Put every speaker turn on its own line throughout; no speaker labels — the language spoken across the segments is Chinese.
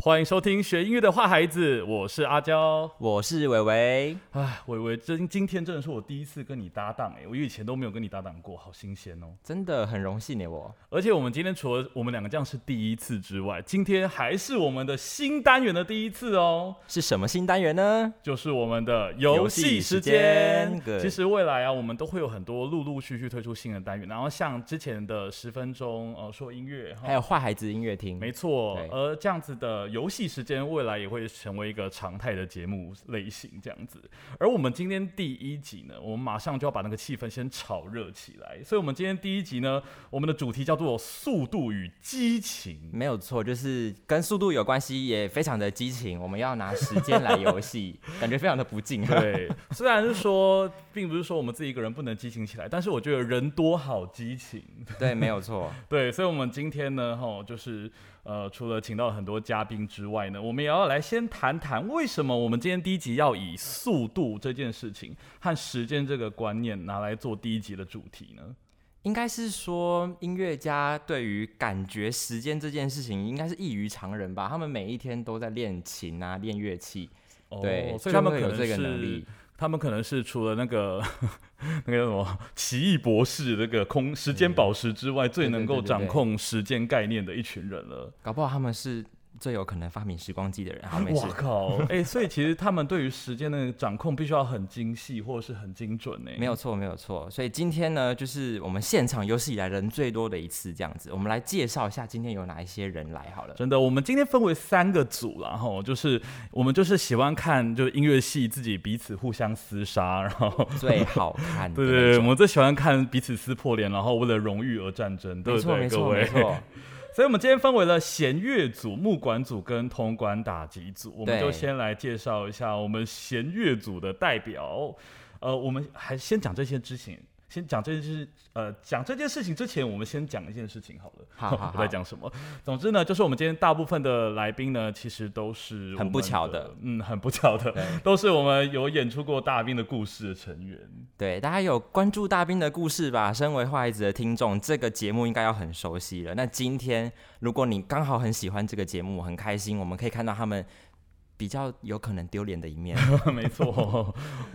欢迎收听学音乐的坏孩子，我是阿娇。
我是伟伟，
哎，伟伟，真今天真的是我第一次跟你搭档哎、我以前都没有跟你搭档过，好新鲜哦。
真的很荣幸呢，我
而且我们今天除了我们两个这样是第一次之外，今天还是我们的新单元的第一次哦，
是什么新单元呢？
就是我们的游戏时
游戏
间
时。间
其实未来啊，我们都会有很多陆陆续续推出新的单元，然后像之前的十分钟呃说音乐，哈
还有坏孩子音乐厅，
没错
对，
而这样子的游戏时间未来也会成为一个常态的节目类型，这样子。而我们今天第一集呢，我们马上就要把那个气氛先炒热起来，所以我们今天第一集呢，我们的主题叫做“速度与激情
没有错，就是跟速度有关系，也非常的激情。我们要拿时间来 游戏，感觉非常的不敬”。。
对，虽然是说，并不是说我们自己一个人不能激情起来，但是我觉得人多好激情。
对，没有错，
对，所以，我们今天呢，哈，就是呃，除了请到很多嘉宾之外呢，我们也要来先谈谈为什么我们今天第一集要以速度这件事情和时间这个观念拿来做第一集的主题呢？
应该是说音乐家对于感觉时间这件事情，应该是异于常人吧。他们每一天都在练琴啊，练乐器，
哦
对，
所以他们
就
可
会有
能
这个
是
能力。
他们可能是除了那个 那个叫什么奇异博士这个空时间宝石之外，最
嗯对
能
对
够
对对
掌
对
控时间概念的一群人了。
搞不好他们是最有可能发明时光机的人。好，啊没事
我。靠！哎、所以其实他们对于时间的掌控必须要很精细或者是很精准呢、
没有错，没有错。所以今天呢，就是我们现场有史以来人最多的一次这样子。我们来介绍一下今天有哪一些人来好了。
真的，我们今天分为三个组啦，然后就是我们就是喜欢看就是音乐系自己彼此互相厮杀，然后
最好看 的
对
那种，
对对，我们最喜欢看彼此撕破脸，然后为了荣誉而战争，对不
没错
对，
没
各
错没
位？
错，
所以我们今天分为了弦乐组、木管组跟铜管打击组，我们
对
就先来介绍一下我们弦乐组的代表。呃，我们还先讲这些之前，先讲这件事，呃，讲这件事情之前，我们先讲一件事情好了。
好好好
我在讲什么？总之呢，就是我们今天大部分的来宾呢，其实都是
很不
我们
巧
的
的，
嗯，很不巧的，都是我们有演出过大兵的故事的成员。
对大家有关注大兵的故事吧？身为坏孩子的听众，这个节目应该要很熟悉了。那今天如果你刚好很喜欢这个节目，很开心，我们可以看到他们比较有可能丢脸的一面。
没 错，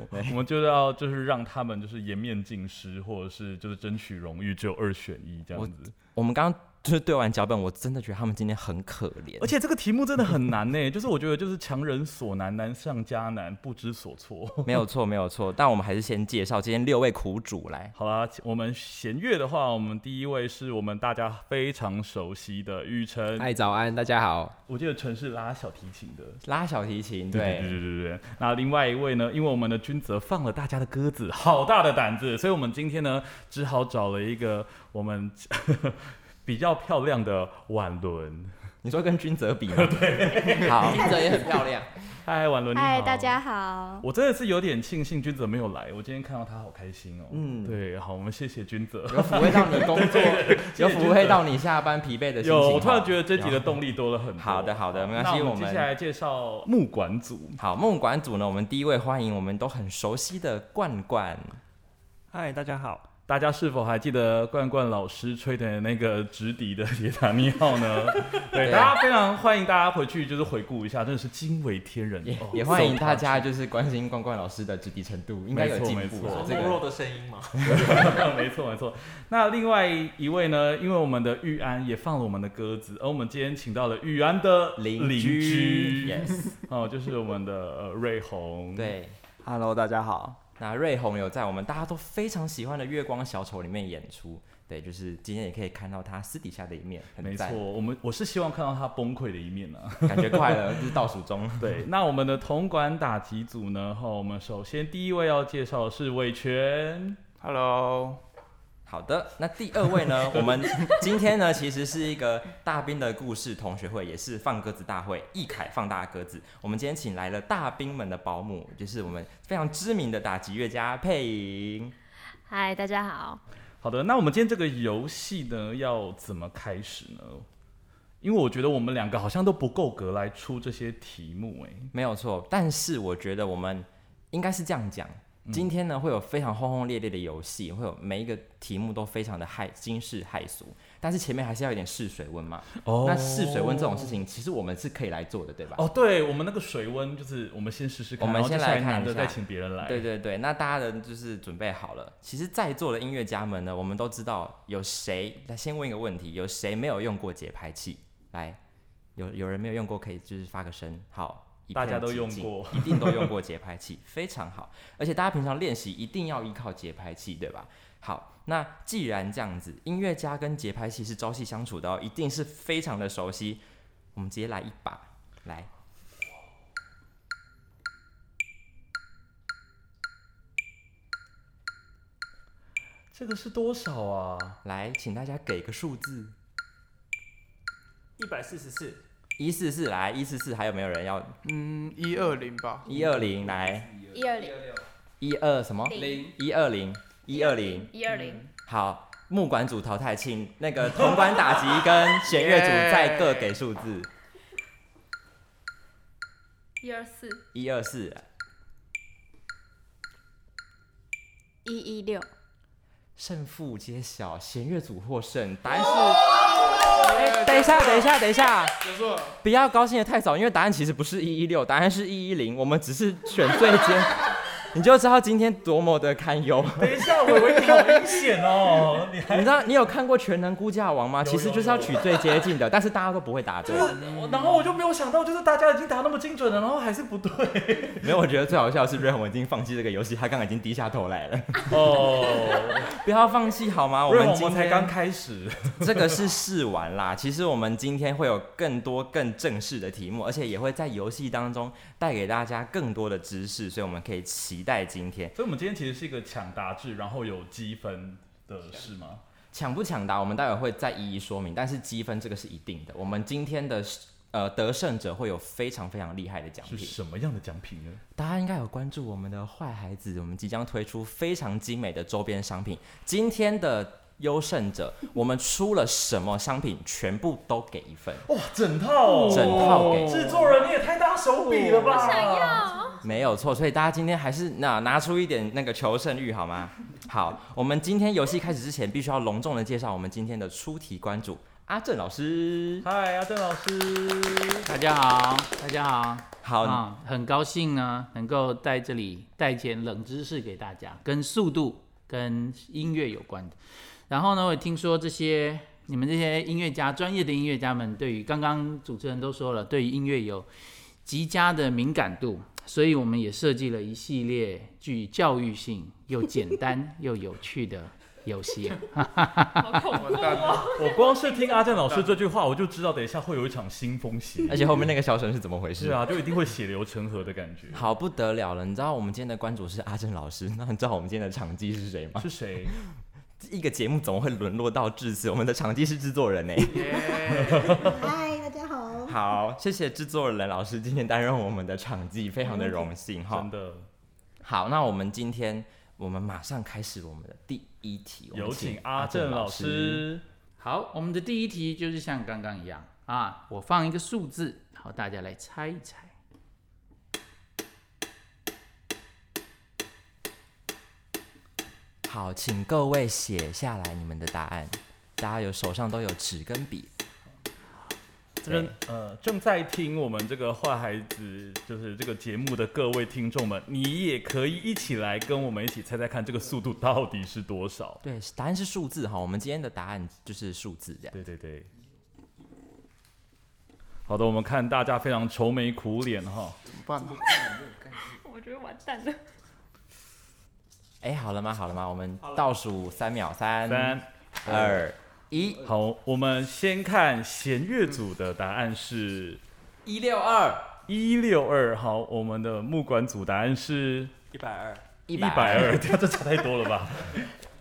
我们就要就是让他们就是颜面尽失，或者是就是争取荣誉，只有二选一这样子。
我们刚刚就是对完脚本，我真的觉得他们今天很可怜
而。且这个题目真的很难呢、就是我觉得就是强人所难，难上加难，不知所措。
没有错，没有错，但我们还是先介绍今天六位苦主来。
好啦，我们弦乐的话，我们第一位是我们大家非常熟悉的雨辰，
哎
嗨，早安，大家好。
我记得陈是拉小提琴的。
拉小提琴，
对对
对，
对对对。那另外一位呢，因为我们的君泽放了大家的鸽子，好大的胆子，所以我们今天呢，只好找了一个我们 比较漂亮的婉伦。
你说跟君泽 比吗？对，好，
听着也很漂亮，
嗨，婉伦，哦你好
嗨，大。家好。
我真的是有点庆幸君泽没有来，我今天看到他好开心哦。嗯，
嗯
对，好，我们谢谢君泽。
有抚慰到你工 作，有
君
抚
泽
慰到你下班疲惫的心情。
有，我突然觉得
好
这集的动力多了很多。
好的好的没关系
那我
我
们
们
接下来介绍木管组。
好，梦管组呢，我们第一位欢迎我们都很熟悉的冠冠，
嗨，大家好。
大家是否还记得冠冠老师吹的那个直笛的《铁达尼号》 呢？对，
对
大家非常欢迎大家回去就是回顾一下，真的是惊为天人
也，
哦
也欢迎大家就是关心冠冠老师的质地程度，应该有进
没
步
错没
了
错。
这个
哦的声音吗？
没错没错。那另外一位呢，因为我们的玉安也放了我们的鸽子，而我们今天请到了玉安的
邻
居
居，yes，
哦，就是我们的呃瑞红。，
对。
Hello，大家好。
那瑞红有在我们大家都非常喜欢的《月光小丑》里面演出，对，就是今天也可以看到他私底下的一面，
没
很
错，
赞，
我们我是希望看到他崩溃的一面 啊。
感觉快了，就是倒数中。
对，那我们的铜管打击组呢，哈，我们首先第一位要介绍的是伟权。
Hello，
好的，那第二位 呢？我们今天呢，其实是一个大兵的故事同学会，也是放鸽子大会，一凯放大鸽子。我们今天请来了大兵们的保姆，就是我们非常知名的打击乐家配音。
嗨，大家好。
好的，那我们今天这个游戏呢，要怎么开始呢？因为我觉得我们两个好像都不够格来出这些题目、欸，
没有错，但是我觉得我们应该是这样讲，今天呢会有非常轰轰烈烈的游戏，会有每一个题目都非常的骇惊世骇俗，但是前面还是要有点试水温嘛。
哦
那试水温这种事情，其实我们是可以来做的，对吧？
哦，对我们那个水温就是我们先试试看，
我们
然后
先
接下
来看
男的
一下
再请别人来。
对对对，那大家的就是准备好了。其实，在座的音乐家们呢，我们都知道有谁，来先问一个问题，有谁没有用过节拍器？来，有有人没有用过，可以就是发个声。好，一
大
片
家都
寂
用
静
过
一定都用过节拍器，非常好。而且大家平常练习一定要依靠节拍器，对吧？好，那既然这样子，音乐家跟节拍器是朝夕相处的、哦，一定是非常的熟悉。我们直接来一把，来。
这个是多少 啊？
来，请大家给个数字，
一百四十四，
一四四来，一四四还有没有人要？
嗯，一二零吧。
一二零来，
一二零
一二什么？
零
一二零一二零，
一二零，
好，木管组淘汰，请那个铜管打击跟弦乐组再各给数字，
一二四，
一二四，
一一六，
胜负揭晓，弦乐组获胜，答案是。哎等一下，等一下，等一下，不要高兴的太早，因为答案其实不是一一六，答案是一一零，我们只是选最 尖，你就知道今天多么的堪忧。
等一下，伟伟你好阴险哦！你
你知道你有看过《全能估价王》吗？
有
其实就是要取最接近 的，但是大家都不会答对
就。是，啊然后我就没有想到，就是大家已经答那么精准了，然后还是不 对。
没有，我觉得最好笑的是瑞宏已经放弃这个游戏，他刚刚已经低下头来了。
哦，
不要放弃好吗？我
我们
们
我
今
们才
天
刚开始。
这个是试玩啦。其实我们今天会有更多更正式的题目，而且也会在游戏当中带给大家更多的知识，所以我们可以期待今天
所以，我们今天其实是一个抢答制，然后有积分的是吗？
抢不抢答，我们待会会再一一说明。但是积分这个是一定的，我们今天的呃得胜者会有非常非常厉害的奖
是
品。
什么样的奖品呢？
大家应该有关注我们的坏孩子，我们即将推出非常精美的周边商品。今天的优胜者，我们出了什么商品，全部都给一份。
哇，整套、哦，
整套给
制作人，你也太大手笔了吧！我想要。
没有错，所以大家今天还是那拿出一点那个求胜欲好吗？好，我们今天游戏开始之前，必须要隆重的介绍我们今天的出题关主阿正老师。
嗨，阿正老师。
大家好，大家好，
好，
啊，很高兴呢，能够在这里带点冷知识给大家，跟速度、跟音乐有关的。然后呢，我也听说这些你们这些音乐家，专业的音乐家们，对于刚刚主持人都说了，对于音乐有极佳的敏感度，所以我们也设计了一系列具教育性、又简单又有趣的游戏。
我光是听阿正老师这句话，我就知道等一下会有一场腥风血 雨。
而且后面那个小沈是怎么回事
是？啊，就一定会血流成河的感觉。
好不得了了，你知道我们今天的关主是阿正老师， 那你知道我们今天的场记是谁吗？
是谁？
一个节目怎么会沦落到至此？我们的场记是制作人 呢、
嗨，大家好。
好，谢谢制作人老师今天担任我们的场记，非常的荣幸哈
嗯真。的
好，那我们今天我们马上开始我们的第一题，我们
有请阿正老。师。
好，我们的第一题就是像刚刚一样啊，我放一个数字，好，大家来猜一猜。
好，请各位写下来你们的答案，大家有手上都有纸跟笔。
正呃正在听我们这个坏孩子就是这个节目的各位听众们，你也可以一起来跟我们一起猜猜看，这个速度到底是多少？
对，答案是数字哈。我们今天的答案就是数字这样。
对对对。好的，我们看大家非常愁眉苦脸哈。
我觉得完蛋了。
哎，好了吗？好了吗？我们倒数三秒，
三
三、二、一，
好，我们先看弦乐组的答案是
一六二，
一六二。好，我们的木管组答案是
一百二，
一
一百二， 这差太多了吧？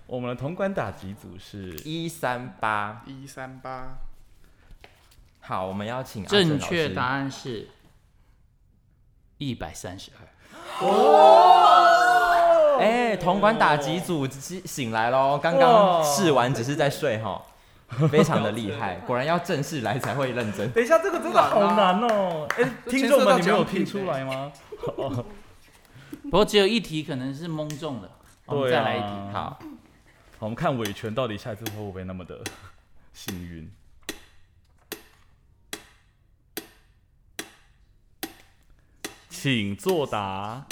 我们的铜管打击组是
一三八。
一三八，
好，我们要请阿正
正
老
确
师
答案是一百三十二。
哎、
哦
铜管打击组醒醒来喽！刚刚试完只是在睡哈，非常的厉害，果然要正式来才会认
等
真。
啊
哎
一下，这个真的好难哦！哎、听众们，你们有听出来吗？哦
不过只有一题可能是蒙中了，我们
对啊
再来一题。好，。
好，我们看伟权到底下一次会不会那么的幸运？请作答。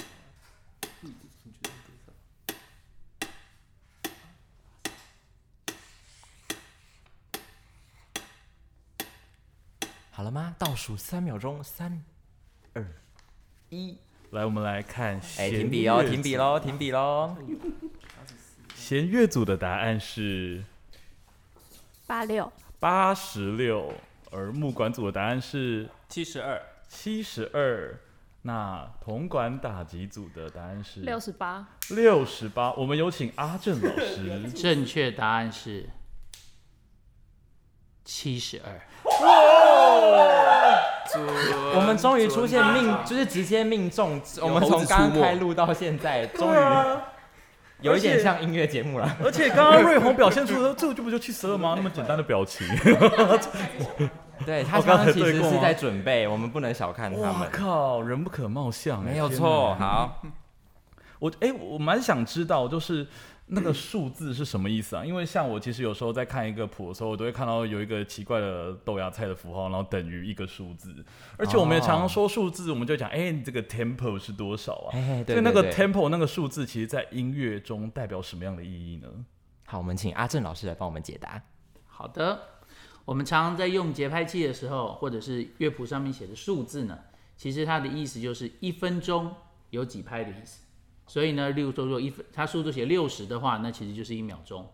好了吗？倒数三秒钟，三、二、一。
来，我们来看
哎，
弦乐组，
停笔喽，停笔喽，停笔喽。
弦乐组的答案是
八六，
八十六，而木管组的答案是
七十二，
七十二。那铜管打击组的答案是
六十八，
六十八。我们有请阿正老师
正确答案是七十二。
啊
我们终于出现命，就是直接命中。我们
猴
从
子
刚
出没啊
开录到现在，终于有一点像音乐节目了。
而且刚刚瑞红表现出的这就不就七十二吗？那么简单的表情。
对他
我刚
刚
才
刚其
对
实
过
是
吗
在准备，我们不能小看他
哇
们，
靠，人不可貌相，哎
没有
天
错。
哪
好，
我哎、我蛮想知道，就是那个数字是什么意思啊？因为像我其实有时候在看一个谱的时候，我都会看到有一个奇怪的豆芽菜的符号，然后等于一个数字。而且我们也常常说数字，我们就讲，哎、你这个 tempo 是多少啊？
嘿嘿
所
对
以那个
对对
tempo 那个数字，其实在音乐中代表什么样的意义呢？
好，我们请阿正老师来帮我们解答。
好的，我们常常在用节拍器的时候，或者是乐谱上面写的数字呢，其实它的意思就是一分钟有几拍的意思。所以呢，例如说，如果一分它速度写六十的话，那其实就是一秒钟。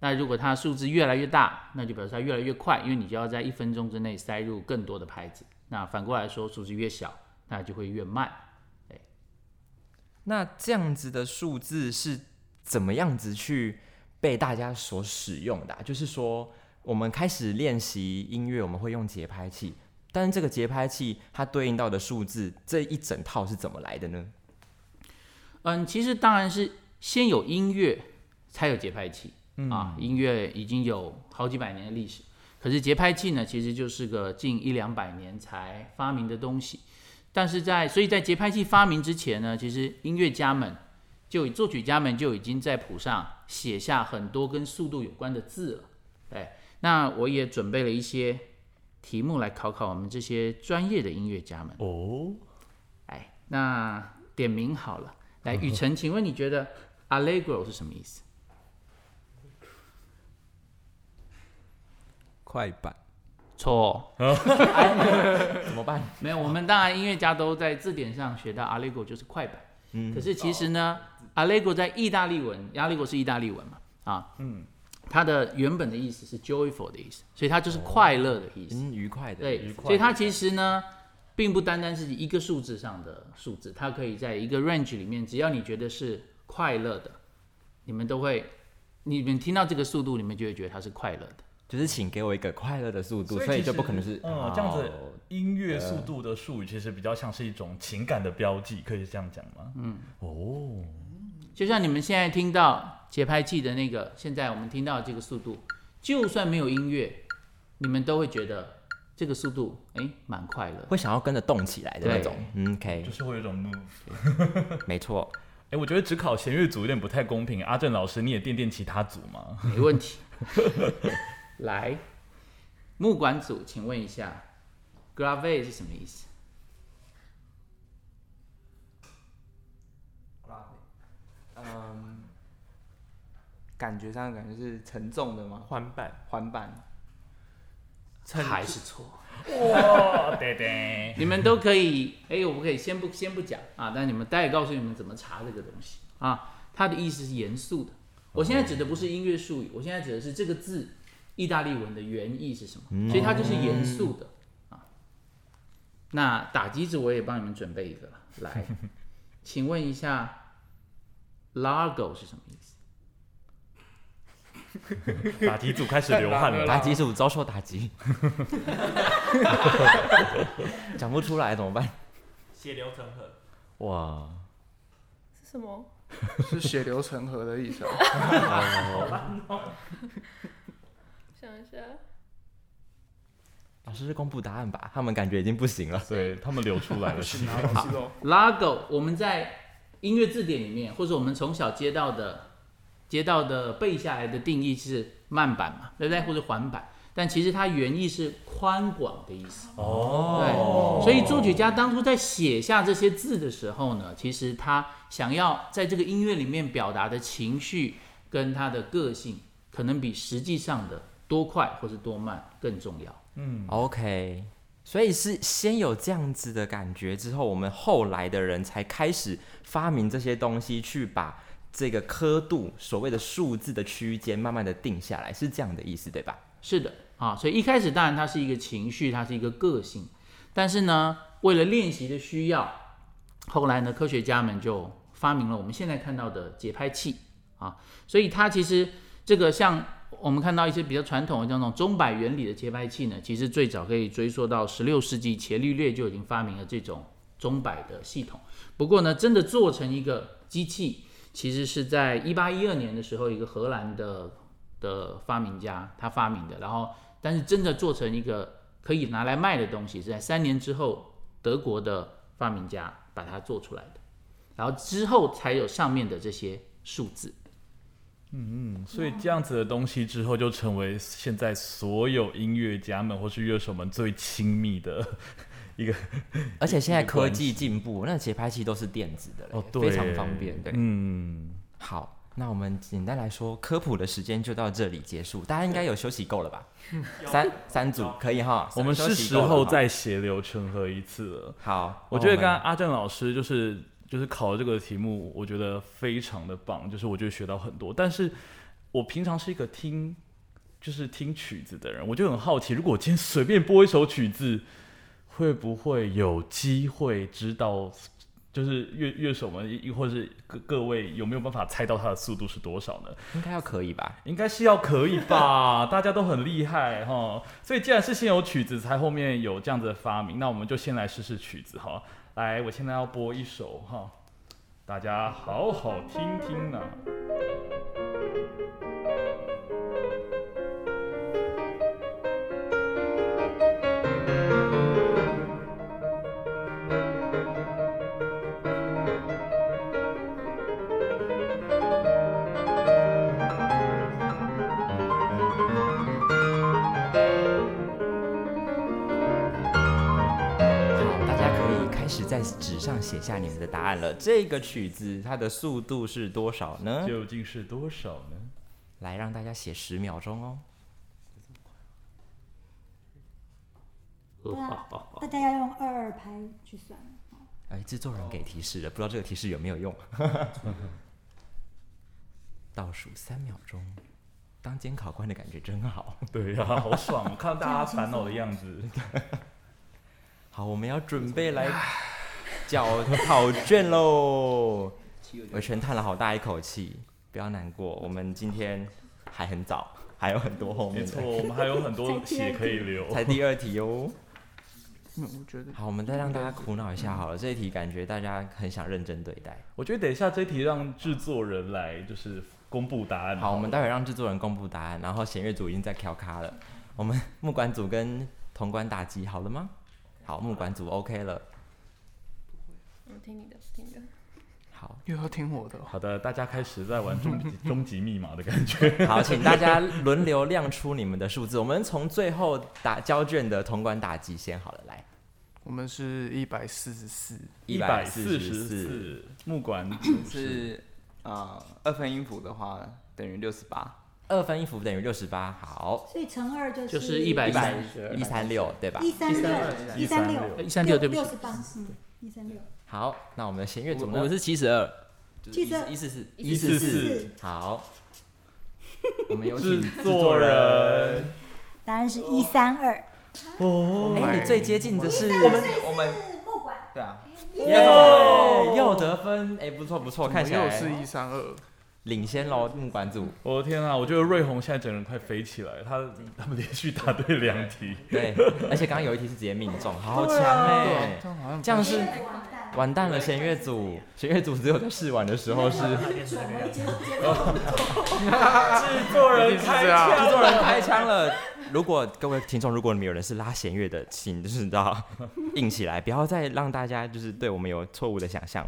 那如果它的数字越来越大，那就表示它越来越快，因为你就要在一分钟之内塞入更多的拍子。那反过来说，数字越小，那就会越慢。
那这样子的数字是怎么样子去被大家所使用的啊、就是说，我们开始练习音乐，我们会用节拍器，但是这个节拍器它对应到的数字这一整套是怎么来的呢？
嗯，其实当然是先有音乐，才有节拍器、啊。音乐已经有好几百年的历史，可是节拍器呢，其实就是个近一两百年才发明的东西。但是在所以在节拍器发明之前呢，其实音乐家们就作曲家们就已经在谱上写下很多跟速度有关的字了。对，那我也准备了一些题目来考考我们这些专业的音乐家们。
哦，
哎，那点名好了。来，雨辰，请问你觉得 allegro 是什么意思？
快板，
错，
怎 么办？
没有。我们当然音乐家都在字典上学到 allegro 就是快板，可是其实呢、a l l e g r o 在意大利文，allegro 是意大利文嘛，啊，嗯，它的原本的意思是 joyful 的意思，所以它就是快乐的意思。
嗯，愉快的，
对，
快
所以它其实呢，并不单单是一个数字上的数字，它可以在一个 range 里面，只要你觉得是快乐的，你们都会，你们听到这个速度，你们就会觉得它是快乐的。
就是请给我一个快乐的速度，所以
其
就不
实
可能是
嗯这样子
哦。
音乐速度的术语其实比较像是一种情感的标记，可以这样讲吗？嗯，哦，
就像你们现在听到节拍器的那个，现在我们听到这个速度，就算没有音乐，你们都会觉得这个速度哎蛮快乐的。
会想要跟着动起来的那种
对，
嗯，OK，
就是会有一种 move。
没错，
哎、我觉得只考弦乐组有点不太公平。阿正老师，你也垫垫其他组吗？
没问题。 来，木管组，请问一下，grave 是什么意思？
嗯，感觉上感觉是沉重的吗？
环板，
环板，
还是错？
哇，对对，
你们都可以，哎、我们可以先不先不讲啊，但你们待会告诉你们怎么查这个东西啊。它的意思是严肃的。我现在指的不是音乐术语，我现在指的是这个字意大利文的原意是什么，所以它就是严肃的啊。那打击子我也帮你们准备一个了，来，请问一下，largo 是什么意思？
打击组开始流汗了。
打击组遭受打击， 讲不出来怎么办？
血流成河，
哇，
是什么？
是血流成河的意 思、啊。
想一下，
老师是公布答案吧？他们感觉已经不行了。
对他们流出来了。
拿东西喽。
Largo，我们在音乐字典里面，或者我们从小接到的接到的背下来的定义是慢板嘛，对不对？或者缓板，但其实它原意是宽广的意思。
哦，
所以作曲家当初在写下这些字的时候呢，其实他想要在这个音乐里面表达的情绪跟他的个性，可能比实际上的多快或是多慢更重要。
嗯，
OK，所以是先有这样子的感觉，之后我们后来的人才开始发明这些东西，去把这个刻度所谓的数字的区间慢慢的定下来，是这样的意思对吧？
是的啊，所以一开始当然它是一个情绪，它是一个个性，但是呢，为了练习的需要，后来呢，科学家们就发明了我们现在看到的节拍器啊，所以它其实这个像我们看到一些比较传统的这种钟摆原理的节拍器呢，啊其实最早可以追溯到十六世纪伽利略就已经发明了这种钟摆的系统，不过呢，真的做成一个机器。其实是在一八一二年的时候，一个荷兰的的发明家他发明的，然后但是真的做成一个可以拿来卖的东西，是在三年之后德国的发明家把它做出来的，然后之后才有上面的这些数字。
所以这样子的东西之后就成为现在所有音乐家们或是乐手们最亲密的一个，
而且现在
一个关
科技进步，那节拍器都是电子的了，
哦对
非常方便。对，
嗯，
好，那我们简单来说，科普的时间就到这里结束，大家应该有休息够了吧？三三组可以哈，
嗯我们
休
是
息
时
够了
候
哈
再血流成河一次了。
好，
我觉得
那
刚刚阿正老师就是就是考的这个题目，我觉得非常的棒，就是我觉得学到很多。但是我平常是一个听就是听曲子的人，我就很好奇，如果我今天随便播一首曲子，会不会有机会知道？就是乐乐手们，亦或是各各位有没有办法猜到它的速度是多少呢？
应该要可以吧？
应该是要可以吧， 大家都很厉害哈。所以既然是先有曲子，才后面有这样子的发明，那我们就先来试试曲子哈。来，我现在要播一首哈，大家好好听听啊呢、
好，大家可以开始在纸上写下你们的答案了。这个曲子它的速度是多少呢？
究竟是多少呢？
来让大家写十秒钟哦。
哦
大家要用二二拍去算。
哎，制作人给提示了，不知道这个提示有没有用。 倒数三秒钟，当监考官的感觉真好。
对呀、好爽！我看到大家烦恼的样子，
好，我们要准备来缴考卷喽。我全叹了好大一口气，不要难过，我们今天还很早，还有很多后
没
面
错，
的，
我们还有很多血可以流。
才第二题哦。
没有我觉得
好，我们再让大家苦恼一下好了。这一题感觉大家很想认真对待。
我觉得等一下这题让制作人来就是公布答案。
好，我们待会让制作人公布答案，然后弦乐组已经在调咖了。我们 木管组跟铜管打击好了吗？好，木管组 OK 了。
我听你的，听你的。
好，
又要听我的哦、
好的，大家开始在玩终极终极密码的感觉。
好，请大家轮流亮出你们的数字。我们从最后打交卷的铜管打击先好了，来，
我们是一百四十四，
一百四十，四，木管组
是啊、呃，二分音符的话等于六十八，
二分一符等于六十八，好，
所以乘二就是
就是110
一三六对吧？
一三六一三六
一三六，对不
六
起，
十八，嗯，一三六
好，那我们的弦乐
我
组
我
呢
们？是七十二，
七十二
一四四
一四四
四，
好， 我们有请
制作人，
答案是一三二。
哎、你最接近的是
我们我们
不管
对啊，
耶，又得分，哎、不错不错，
我
看
们
起
又
来
是一三二，
领先喽，木管组。
我的天啊！我觉得瑞红现在整个人快飞起来，他他们连续答对两题，
对，而且刚刚有一题是直接命中，好强哎、
啊这样好像
这样是
完蛋
完蛋了，弦乐组，弦乐组只有在试玩的时候是制
制作人
开枪
啊
作人开枪了。如果各位听众，如果你们有人是拉弦乐的，请就是你知道硬起来，不要再让大家就是对我们有错误的想象。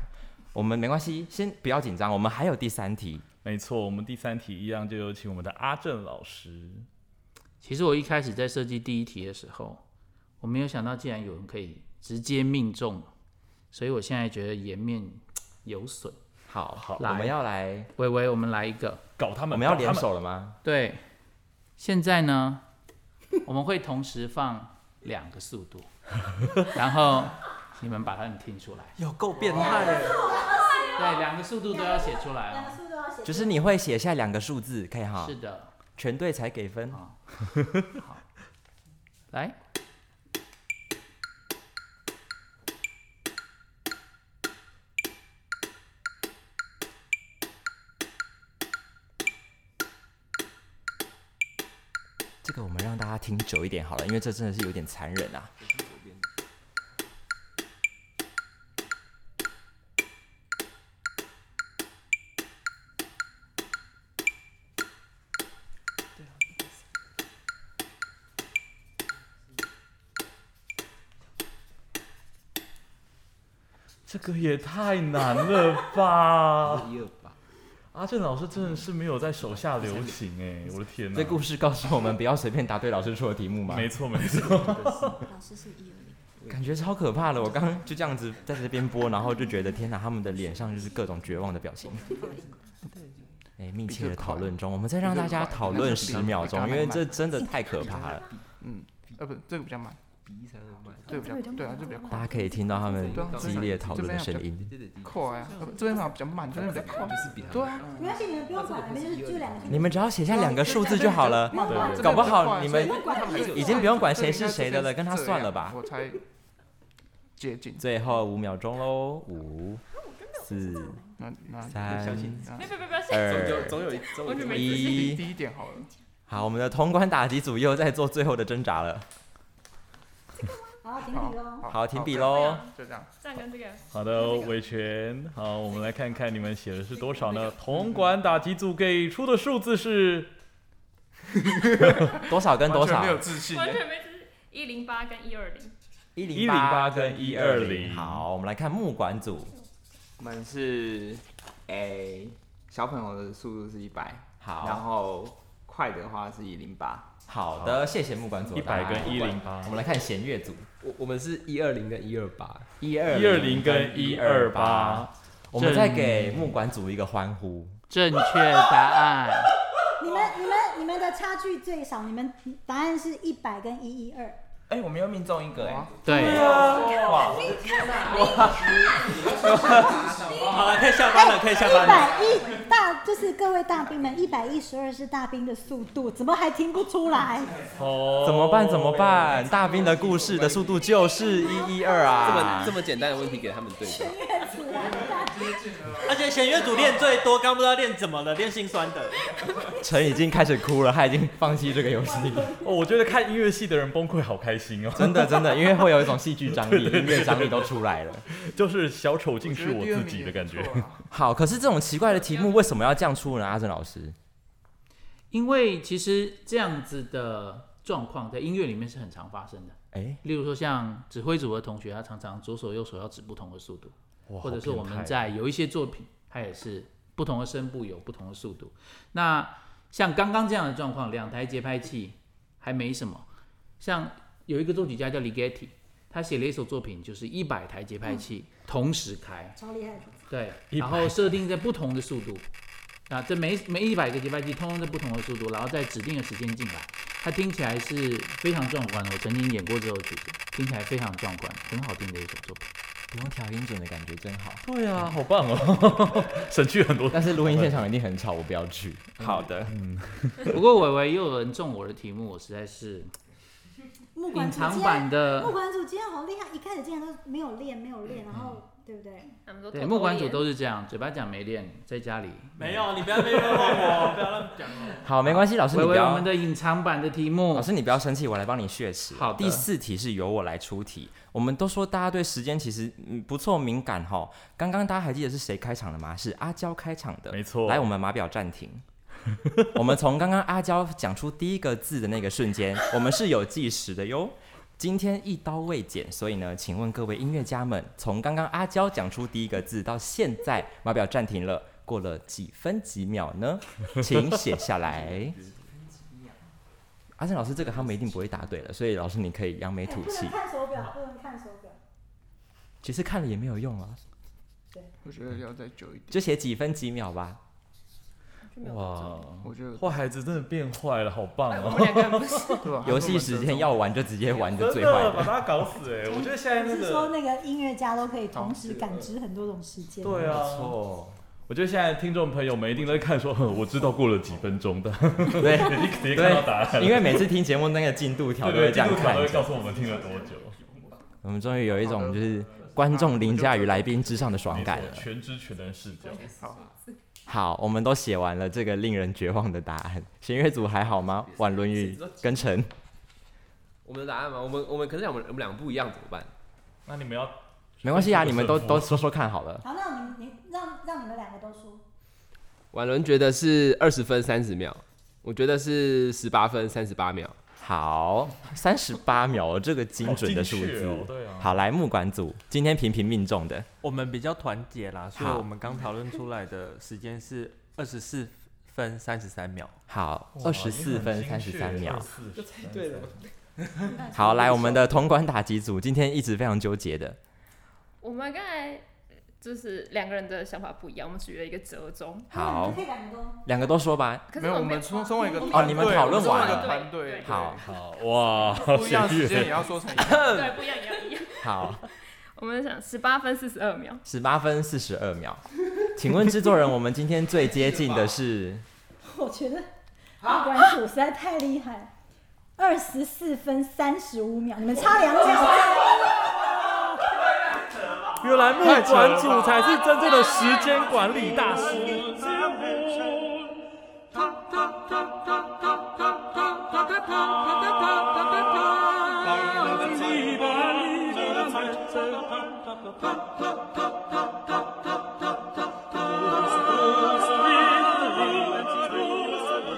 我们没关系，先不要紧张，我们还有第三题。
没错，我们第三题一样就有请我们的阿正老师。
其实我一开始在设计第一题的时候，我没有想到竟然有人可以直接命中，所以我现在觉得颜面有损。
好，好
来
我们要来，
微微，我们来一个，
搞他们，
我们要
搞他
联手了吗？
对，现在呢， 我们会同时放两个速度， 然后你们把它们听出来，
有够变态，
对，两个速度都要写出来
两个
哦。
数都要写，
就是你会写下两个数字，可以哈
是，的，
全对才给分。
来，
这个我们让大家听久一点好了，因为这真的是有点残忍啊。
这个也太难了吧！
一二八，
阿正老师真的是没有在手下留情哎、我的天哪！
这故事告诉我们不要随便答对老师出的题目嘛，
没错没错，
老师是一二零，
感觉超可怕的。我刚刚就这样子在这边播，然后就觉得天哪，他们的脸上就是各种绝望的表情。哎，密切的讨论中，我们再让大家讨论十秒钟，因为这真的太可怕了。
嗯，呃，不，这个比较慢，比才慢，对，比
这个比较
较，对啊，
慢
这比较
大家
快，
可以听到他们激烈讨论的声音。
快啊，呃不这边好像比较慢，这边比较快，就是比对啊，
没关系，你们不用管，你们就是就两个数字。
你们只要写下两个数字就好了。
不用管
对
搞不好你们
不用管，
这边比较快所以因为他们还是有
已经不用管
这边
谁是谁的了跟他算了吧
我才接近，
最后五秒钟喽，五、四、
哎
那那
三
相信啊
别别别，不要写，
二、
总有一总
我
有
准备自信。
第
一。
第一点好了，
好，我们的潼关打击组又在做最后的挣扎了。
好，停
好
笔喽。
好，停笔
这样
喽。
就这样。
这样跟这个
好的，伟权，好，我们来看看你们写的是多少呢？铜管打击组给出的数字是
多少跟多
完全
少
没？有自信耶，
完全没知一零八跟一二零，
一
108跟120
好，我们来看木管组。
我们是诶、小朋友的速度是一百，然
好，
后快的话是一零八，
好的，谢谢木管组的
一
答
百
案。
跟一零八
我，们来看弦乐组，
我我们是一二零跟一二八，
一二
一二零跟一二八。。
我们再给木管组一个欢呼。
正确答案。
你们、你们、你们的差距最少，你们答案是一百跟一一二。
哎，我们又命中一个
哇
对，
好了，可以下班了，可以下
一
班了。
百哎一大就是各位大兵们，一百一十二是大兵的速度，怎么还听不出 来？
哦
怎么办？怎么？办？大兵的故事的速度就是一一二
这么
啊！
这么简单的问题给他们对吧？
而且弦乐组练最多，刚不知道练怎么了，练心酸的。
陈已经开始哭了，他已经放弃这个游戏了。
哦，我觉得看音乐系的人崩溃好开心哦，
真的真的，因为会有一种戏剧张力、音乐张力都出来了。
就是小丑竟
我
是我自己的感觉。
好，可是这种奇怪的题目为什么要这样出呢？阿正老师，
因为其实这样子的状况在音乐里面是很常发生的。
哎、
例如说，像指挥组的同学，他常常左手右手要指不同的速度，
哇
或者是
好
我
变态
们在有一些作品，它也是不同的声部有不同的速度。那像刚刚这样的状况，两台节拍器还没什么。像有一个作曲家叫 Ligeti，他写了一首作品，就是一百台节拍器
嗯
同时开，
超厉害的，
对，
100
然后设定在不同的速度，啊，这每每一百个节拍器通通在不同的速度，然后在指定的时间进来，它听起来是非常壮观的。我曾经演过这首曲子，听起来非常壮观，很好听的一首作品。
不用调音准的感觉真好。
对啊，好棒哦， 省去很多。
但是录音现场一定很吵，我不要去。
好的，
不过伟伟又有人中我的题目，我实在是
木管
隐
组今
藏
天，
版的
木管组今天好厉害，一开始竟然都没有练，没有练，然后对不对？
他们都
对木管组都是这样，嘴巴讲没练，在家里。
没有，你不要被冤枉我，不要乱讲哦。
好，没关系，老师
伟
你不
伟，我
要
们，的隐藏版的题目
老师你不要生气，我来帮你血池。
哦好的
第四题是由我来出题。我们都说大家对时间其实嗯不错敏感哈。刚刚大家还记得是谁开场的吗？是阿娇开场的。
没错
来，我们码表暂停。 我们从刚刚阿娇讲出第一个字的那个瞬间，我们是有计时的哟。今天一刀未剪，所以呢，请问各位音乐家们，从刚刚阿娇讲出第一个字到现在，码表暂停了，过了几分几秒呢？请写下来。 阿正老师，这个他们一定不会答对了，所以老师你可以扬眉
哎
吐
不
气
能。看手表，不能看手表。
其实看了也没有用啊，
我觉得要再久一点。
就写几分几秒吧。
哇，
我觉得
坏孩子真的变坏了，好棒
哎我们
哦！
两个 不是
对吧？
游戏时间要玩就直接玩个
真
最坏
的
的
把。他搞死哎！我觉得现在那
是说
个，
那个音乐家都可以同时感知很多种时间。
对
没
啊，
错，
我觉得现在听众朋友们一定在看说，呵我知道过了几分钟的，
对
你直接看到答案，
对，因为每次听节目那个进度条
对
都会
对，
这样
进度条
看
都会
着。
告诉我们听了多久，
我们终于有一种就是观众凌驾于来宾之上的爽感
没
了
错。全知全能视角。
好，我们都写完了这个令人绝望的答案。弦乐组还好吗？婉伦宇跟陈，
我们的答案吗？我们我们可是我们我们两个不一样怎么办？
那你们要
没关系啊，你们都
顺
都
风
说说看好了。
好，那你你让让你们两个都输。
婉伦觉得是二十分三十秒，我觉得是十八分三十八秒。
好，三十八秒这个精准的数
好精确
字
哦。对啊
好，来木管组今天频频命中的，
我们比较团结啦，所以
好
我们刚讨论出来的时间是二十四分三十三秒。
好，二十四分三十三秒。
就猜
对了。
哎
好，来我们的铜管打击组今天一直非常纠结的，
我们刚才就是两个人的想法不一样，我们取了一个折中。
你
好
们可以两个都。
两个都说吧。
可是
没有，我
没
们
有
身身为一个
哦
团
你们
队
讨论完
我们
了
身为一个团队，
好
好哇，
对不一样
弦
时间也
乐
要说成一样。
对不一样，一样一样。
好，
我们想十八分四十二秒，
十八分四十二秒。请问制作人，我们今天最接近的是
我觉得大管组实在太厉害了，二十四分三十五秒，你们差两秒。
原来木管组才是真正的时间管理大师。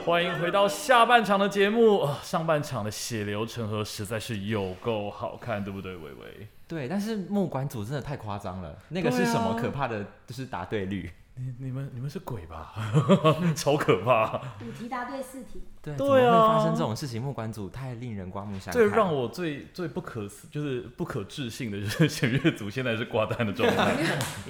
欢迎回到下半场的节目啊！上半场的血流成河实在是有够好看，对不对，伟伟？
对，但是木管组真的太夸张了，那个是什么可怕的？就是答对率。
你你们你们是鬼 吧？超可怕！
五题答对四题，
对，
对
怎么会
啊
发生这种事情？木管组太令人刮目相看。
最让我最最不可思就是不可置信的就是弦乐组现在是挂单的状 态，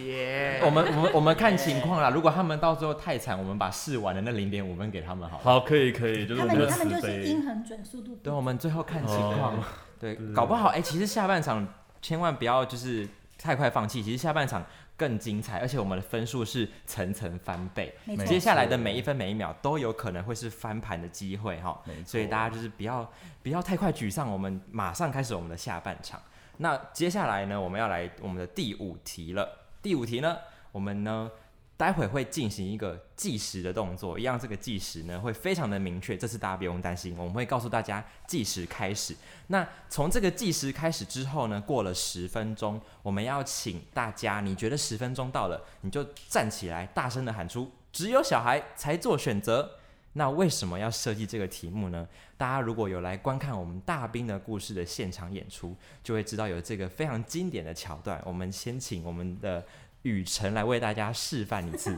耶
我们我们我们看情况啦。如果他们到最后太惨，我们把试完的那零点五分给他们好了。
好，可以可以，就是
他
我们
们
的
他们
慈
就是
悲
音。很准，速度不
对，我们最后看情况。
哦
对
对，
搞不好哎、其实下半场千万不要就是太快放弃，其实下半场更精彩，而且我们的分数是层层翻倍。
没
没
接
错。
下来的每一分每一秒都有可能会是翻盘的机会哈
没，错
所以大家就是不要不要太快沮丧，我们马上开始我们的下半场。那接下来呢，我们要来我们的第五题了。第五题呢，我们呢待会会进行一个计时的动作，一样这个计时呢会非常的明确，这次大家不用担心，我们会告诉大家计时开始。那从这个计时开始之后呢，过了十分钟，我们要请大家，你觉得十分钟到了，你就站起来，大声的喊出“只有小孩才做选择”。那为什么要设计这个题目呢？大家如果有来观看我们大兵的故事的现场演出，就会知道有这个非常经典的桥段。我们先请我们的雨辰来为大家示范一 次。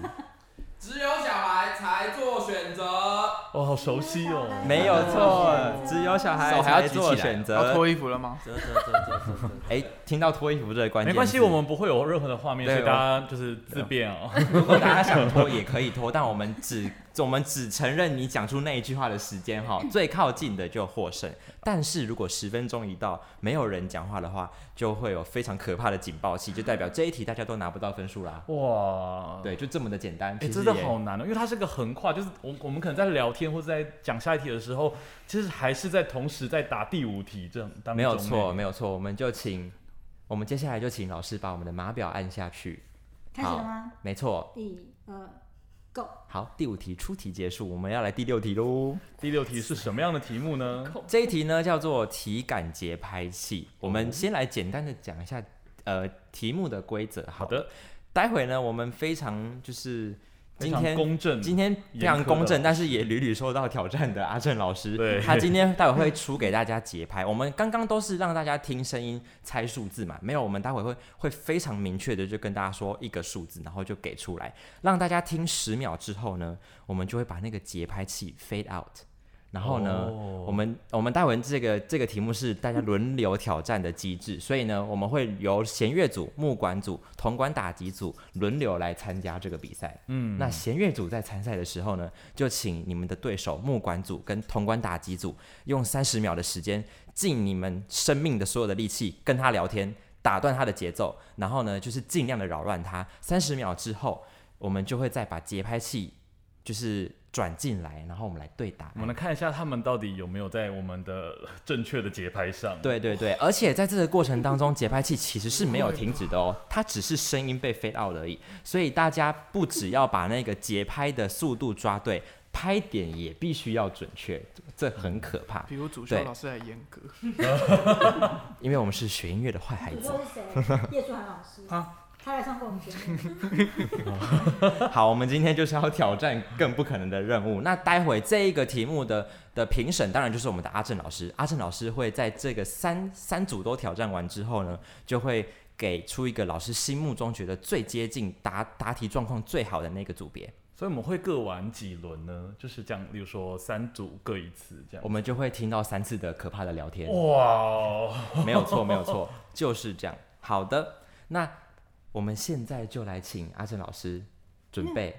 只有小孩才做选择。
哦，好熟悉哦。
没有错，只有小孩
手还要
才
举起
做
来
选
要
择。
脱衣服了吗？
折折折折折折。
哎，听到脱衣服这个关键字，
没关系，我们不会有任何的画面，
对
所以大家就是自便哦。
如果大家想拖也可以拖，但我们只 我们只承认你讲出那一句话的时间 哈，最靠近的就获胜。但是如果十分钟一到，没有人讲话的话，就会有非常可怕的警报器，就代表这一题大家都拿不到分数啦。
哇，
对，就这么的简单。
哎、
其实
真的
也
好难哦，因为它是个横跨，就是我我们可能在聊天或者在讲下一题的时候，其实还是在同时在答第五题这样当中。欸
没有错，，没有错。我们就请我们接下来就请老师把我们的码表按下去。
开始了吗？呃
没错，
一二，Go！
好，第五题出题结束，我们要来第六题喽。
第六题是什么样的题目呢？
这一题呢叫做体感节拍器。我们先来简单的讲一下，呃，题目的规则。
好，的，
待会呢，我们非常就是
非
今
常
天
公正，
今天非
严
常
苛
公
的
正，但是也屡屡受到挑战的阿正老师，
对
他今天待会会出给大家节拍。我们刚刚都是让大家听声音猜数字嘛，没有，我们待会会会非常明确的就跟大家说一个数字，然后就给出来，让大家听十秒之后呢，我们就会把那个节拍器 fade out，然后呢。
哦
我们我们待会这个这个题目是大家轮流挑战的机制，所以呢，我们会由弦乐组、木管组、铜管打击组轮流来参加这个比赛。
嗯
那弦乐组在参赛的时候呢，就请你们的对手木管组跟铜管打击组用三十秒的时间，尽你们生命的所有的力气跟他聊天，打断他的节奏，然后呢，就是尽量的扰乱他。三十秒之后，我们就会再把节拍器就是转进来，然后我们来对答案。
我们来看一下他们到底有没有在我们的正确的节拍上。
对对对，而且在这个过程当中，节拍器其实是没有停止的哦，它只是声音被 fade out 而已。所以大家不只要把那个节拍的速度抓对，拍点也必须要准确，这很可怕，
比我主
修
修
对老
老师还严格。
因为我们是学音乐的坏孩
你
子
说。是谁？叶舒涵老 师
啊，
他来上过我们节目。
好，我们今天就是要挑战更不可能的任务。那待会这一个题目的的评审当然就是我们的阿正老师，阿正老师会在这个三三组都挑战完之后呢，就会给出一个老师心目中觉得最接近答答题状况最好的那个组别。
所以我们会各玩几轮呢？就是这样，例如说三组各一次这样
我。们就会听到三次的可怕的聊天。
哇哦，
没有错，没有错，就是这样。好的，那我们现在就来请阿正老师准备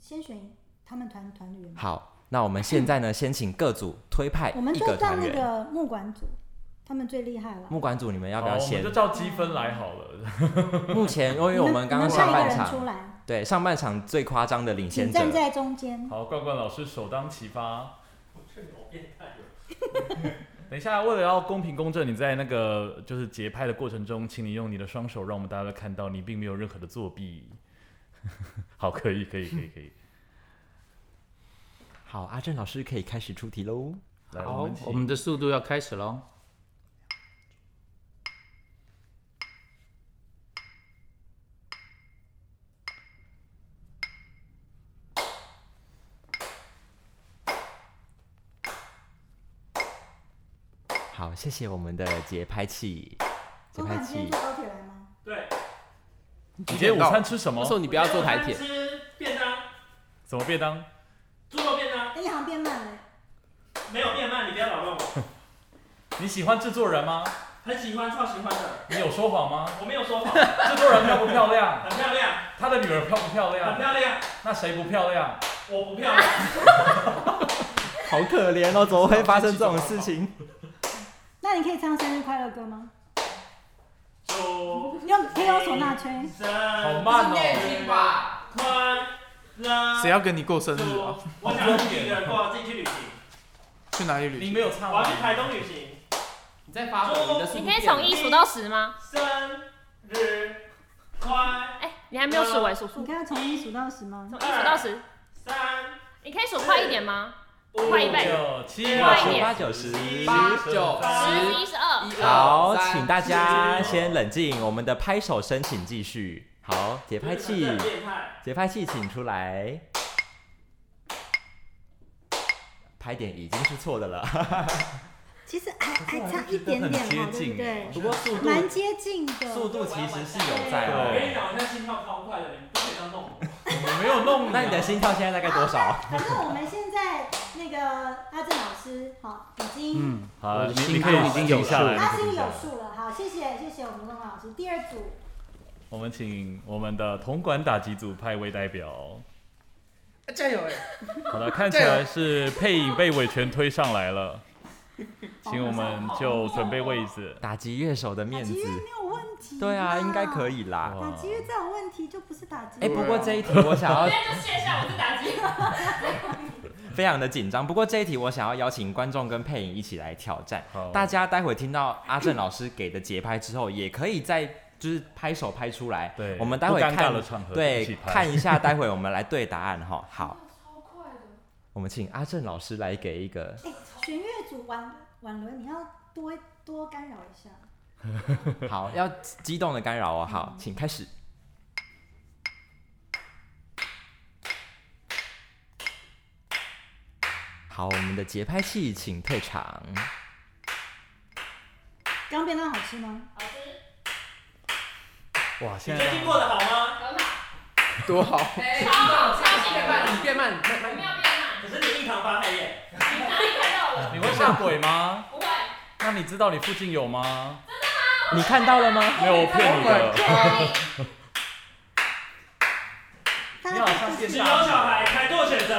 先选他们团团员，
好。那我们现在呢，先请各组推派
嗯我们
一
就
个
站
团
那
员。
个木管组，他们最厉害了。
木管组，你们要不
好
要
我们
先
就？照积分来好了。
目前，因为我们刚刚
你
上
派一
半
个人出
场，
来，
对上半场最夸张的领
请
先
站
者，
在中间。
好，冠冠老师首当其发。 等一下，为了要公平公正，你在那个就是节拍的过程中，请你用你的双手，让我们大家都看到你并没有任何的作弊。 好，可以，可以，可以，可以。
好，阿正老师可以开始出题喽。
来，
好
我们，
我
请
们的速度要开始喽。
好，谢谢我们的节拍器，节
中
拍
晚今天
器
坐。高铁来吗？
你今天午餐 吃什么
那时？候你不要坐台铁，
吃便当，
什么便当？
猪肉便当，
哎，你好像变慢了。
没有面慢，你不要扰乱我。
你喜欢制作人吗？
很喜欢，超喜欢的。
你有说谎吗？
我没有说谎，
制作人漂不漂亮？
很漂亮，
他的女儿漂不漂
很
亮？
漂亮。
那谁不漂亮？
我不漂亮，
好可怜哦，怎么会发生这种事情？
那你可以唱生日快乐歌吗？
祝
用可以用唢呐吹。
好
生
慢
日
哦！
吧，
快乐。
谁要跟你过生日啊
祝？我想自己一个人过，自己去旅行。
去哪里旅
你
行？
没有唱
我要
完
去。台东旅行。
你在发
火
火，你
你的
的
速
速
你
度
可以从一数到十吗？
生日快
哎、你还没有数哎，数数
你，看从一数到十吗
从？一数到十，
三
你可以数快一点吗？
五
快一倍，
九七
快一点
八九十。
八九
十、
十
一、十二。
一
好
二，三
请大家先冷静，我们的拍手声请继续。好，节 拍器，
很变态。
节拍器请出来。拍点已经是错的了，
其实还还差一点点嘛，
很接
对
近
不对？
不过速度
蛮接近的。
速度其实是有在
啊
我跟你
哦。
讲，我现在心跳超快的，你不可以这样弄我。
我没有弄
那你的心跳现在大概多少？
反正我们现在那个阿正老师，好，已经
嗯，
好，
我的
哦你
心
你可
中
以
已经有
停下
数
来。
他
你可以
心
停
里
下
有
来
数了。好，谢谢谢谢我们钟老师。第二组，
我们请我们的铜管打击组派位代表。
加油哎！
好的，看起来是配影被委权推上 来了，请我们就准备位置。
打击乐手的面
打击乐
子
没，有问题。
对啊，应该可
以。
以
哦
啦。
哇
打击乐这种问题就不是打击乐。
哎，不过这一题我想要
啊在就卸下我是打击。
非常的紧张，不过这一题我想要邀请观众跟配影一起来挑战。
好，
大家待会听到阿正老师给的节拍之后，也可以再就是拍手拍出来。
对，
我们待
不
会
尴尬的
看，
场合一起
对，
拍
看一下，待会我们来对答案哈。好，
超快的，
我们请阿正老师来给一个，
哎，弦乐组婉婉伦，你要多多干扰一下。
好，要
嗯
激动的干扰哦。好，请开始。好，我们的节拍器请退场。
刚便当好吃吗？
哇，现
最近
在
过得好吗？
多好！
超超级的快乐，
变慢，慢慢
不要变慢，
可是你印堂发黑耶，
你哪里看到了？
你会下鬼吗？
不会，
那你知道你附近有吗？
你看到了吗？
没有，我骗你的。
大
你
家
好像变
只有
大
小孩才做选择。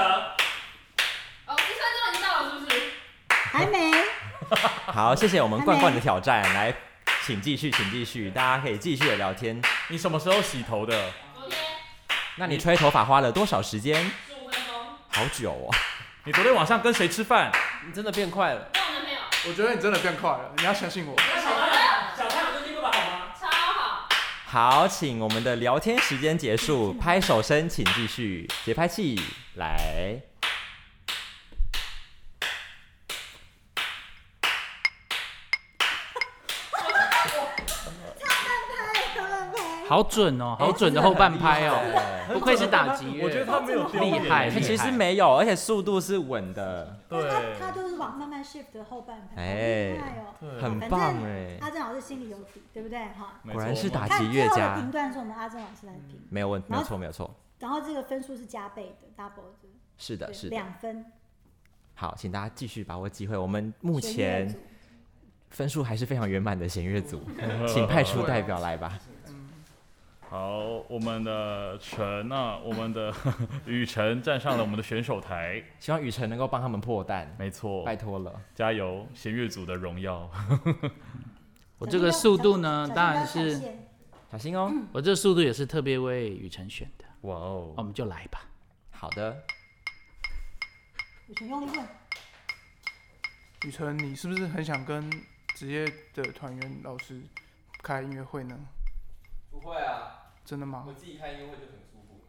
哦，一分钟已经到了，是不是？
还没。
好，谢谢我们
还没
罐罐的 挑战，来，请继续，请继续，大家可以继续的聊天。
你什么时候洗头的？
昨天
那你吹头发花了多少时间？
十五分钟，
好久哦。
你昨天晚上跟谁吃饭？
你真的变快了。
跟我男朋友
我觉得你真的变快了，你要相信我。
那小胖，小胖最近过得好吗？
超好，
好，请我们的聊天时间结束，拍手声请继续，节拍器来。
好准哦，好准的后半拍哦，
哎
不愧是打击乐，
我觉得他没有丢
厉
脸
害，厉
其实
害。
没有，而且速度是稳的，
那
对
他他就是往慢慢 shift 的后半拍，
哎
好厉害哦！
嗯
很
反
棒
正
哎，
阿正老师心里有底，对不对？哈，
没错
果然是打
看
击
最
乐
后的
家嗯
评，断是我们阿正老师来评，
没有问，没有错，没有错，
然后这个分数是加倍的，double 的，
是的，
对
是的。
两分。
好，请大家继续把握机会，我们目
弦乐
前
组
分数还是非常圆满的弦乐组，请派出代表来吧。
好，我们的陈啊，我们的 雨辰站上了我们的选手台，
希望雨辰能够帮他们破蛋，
没错，
拜托了。
加油，弦乐组的荣 耀。
我这个速度呢，
小心不要
当然
闪
是
现
小心哦。
嗯
我这个速度也是特别为雨辰选的，
哇哦
我，们就来吧。
好的，
我全用力问，
雨辰，你是不是很想跟职业的团员老师开音乐会呢？
不会啊，
真的吗
我？自己开音乐会就很舒服。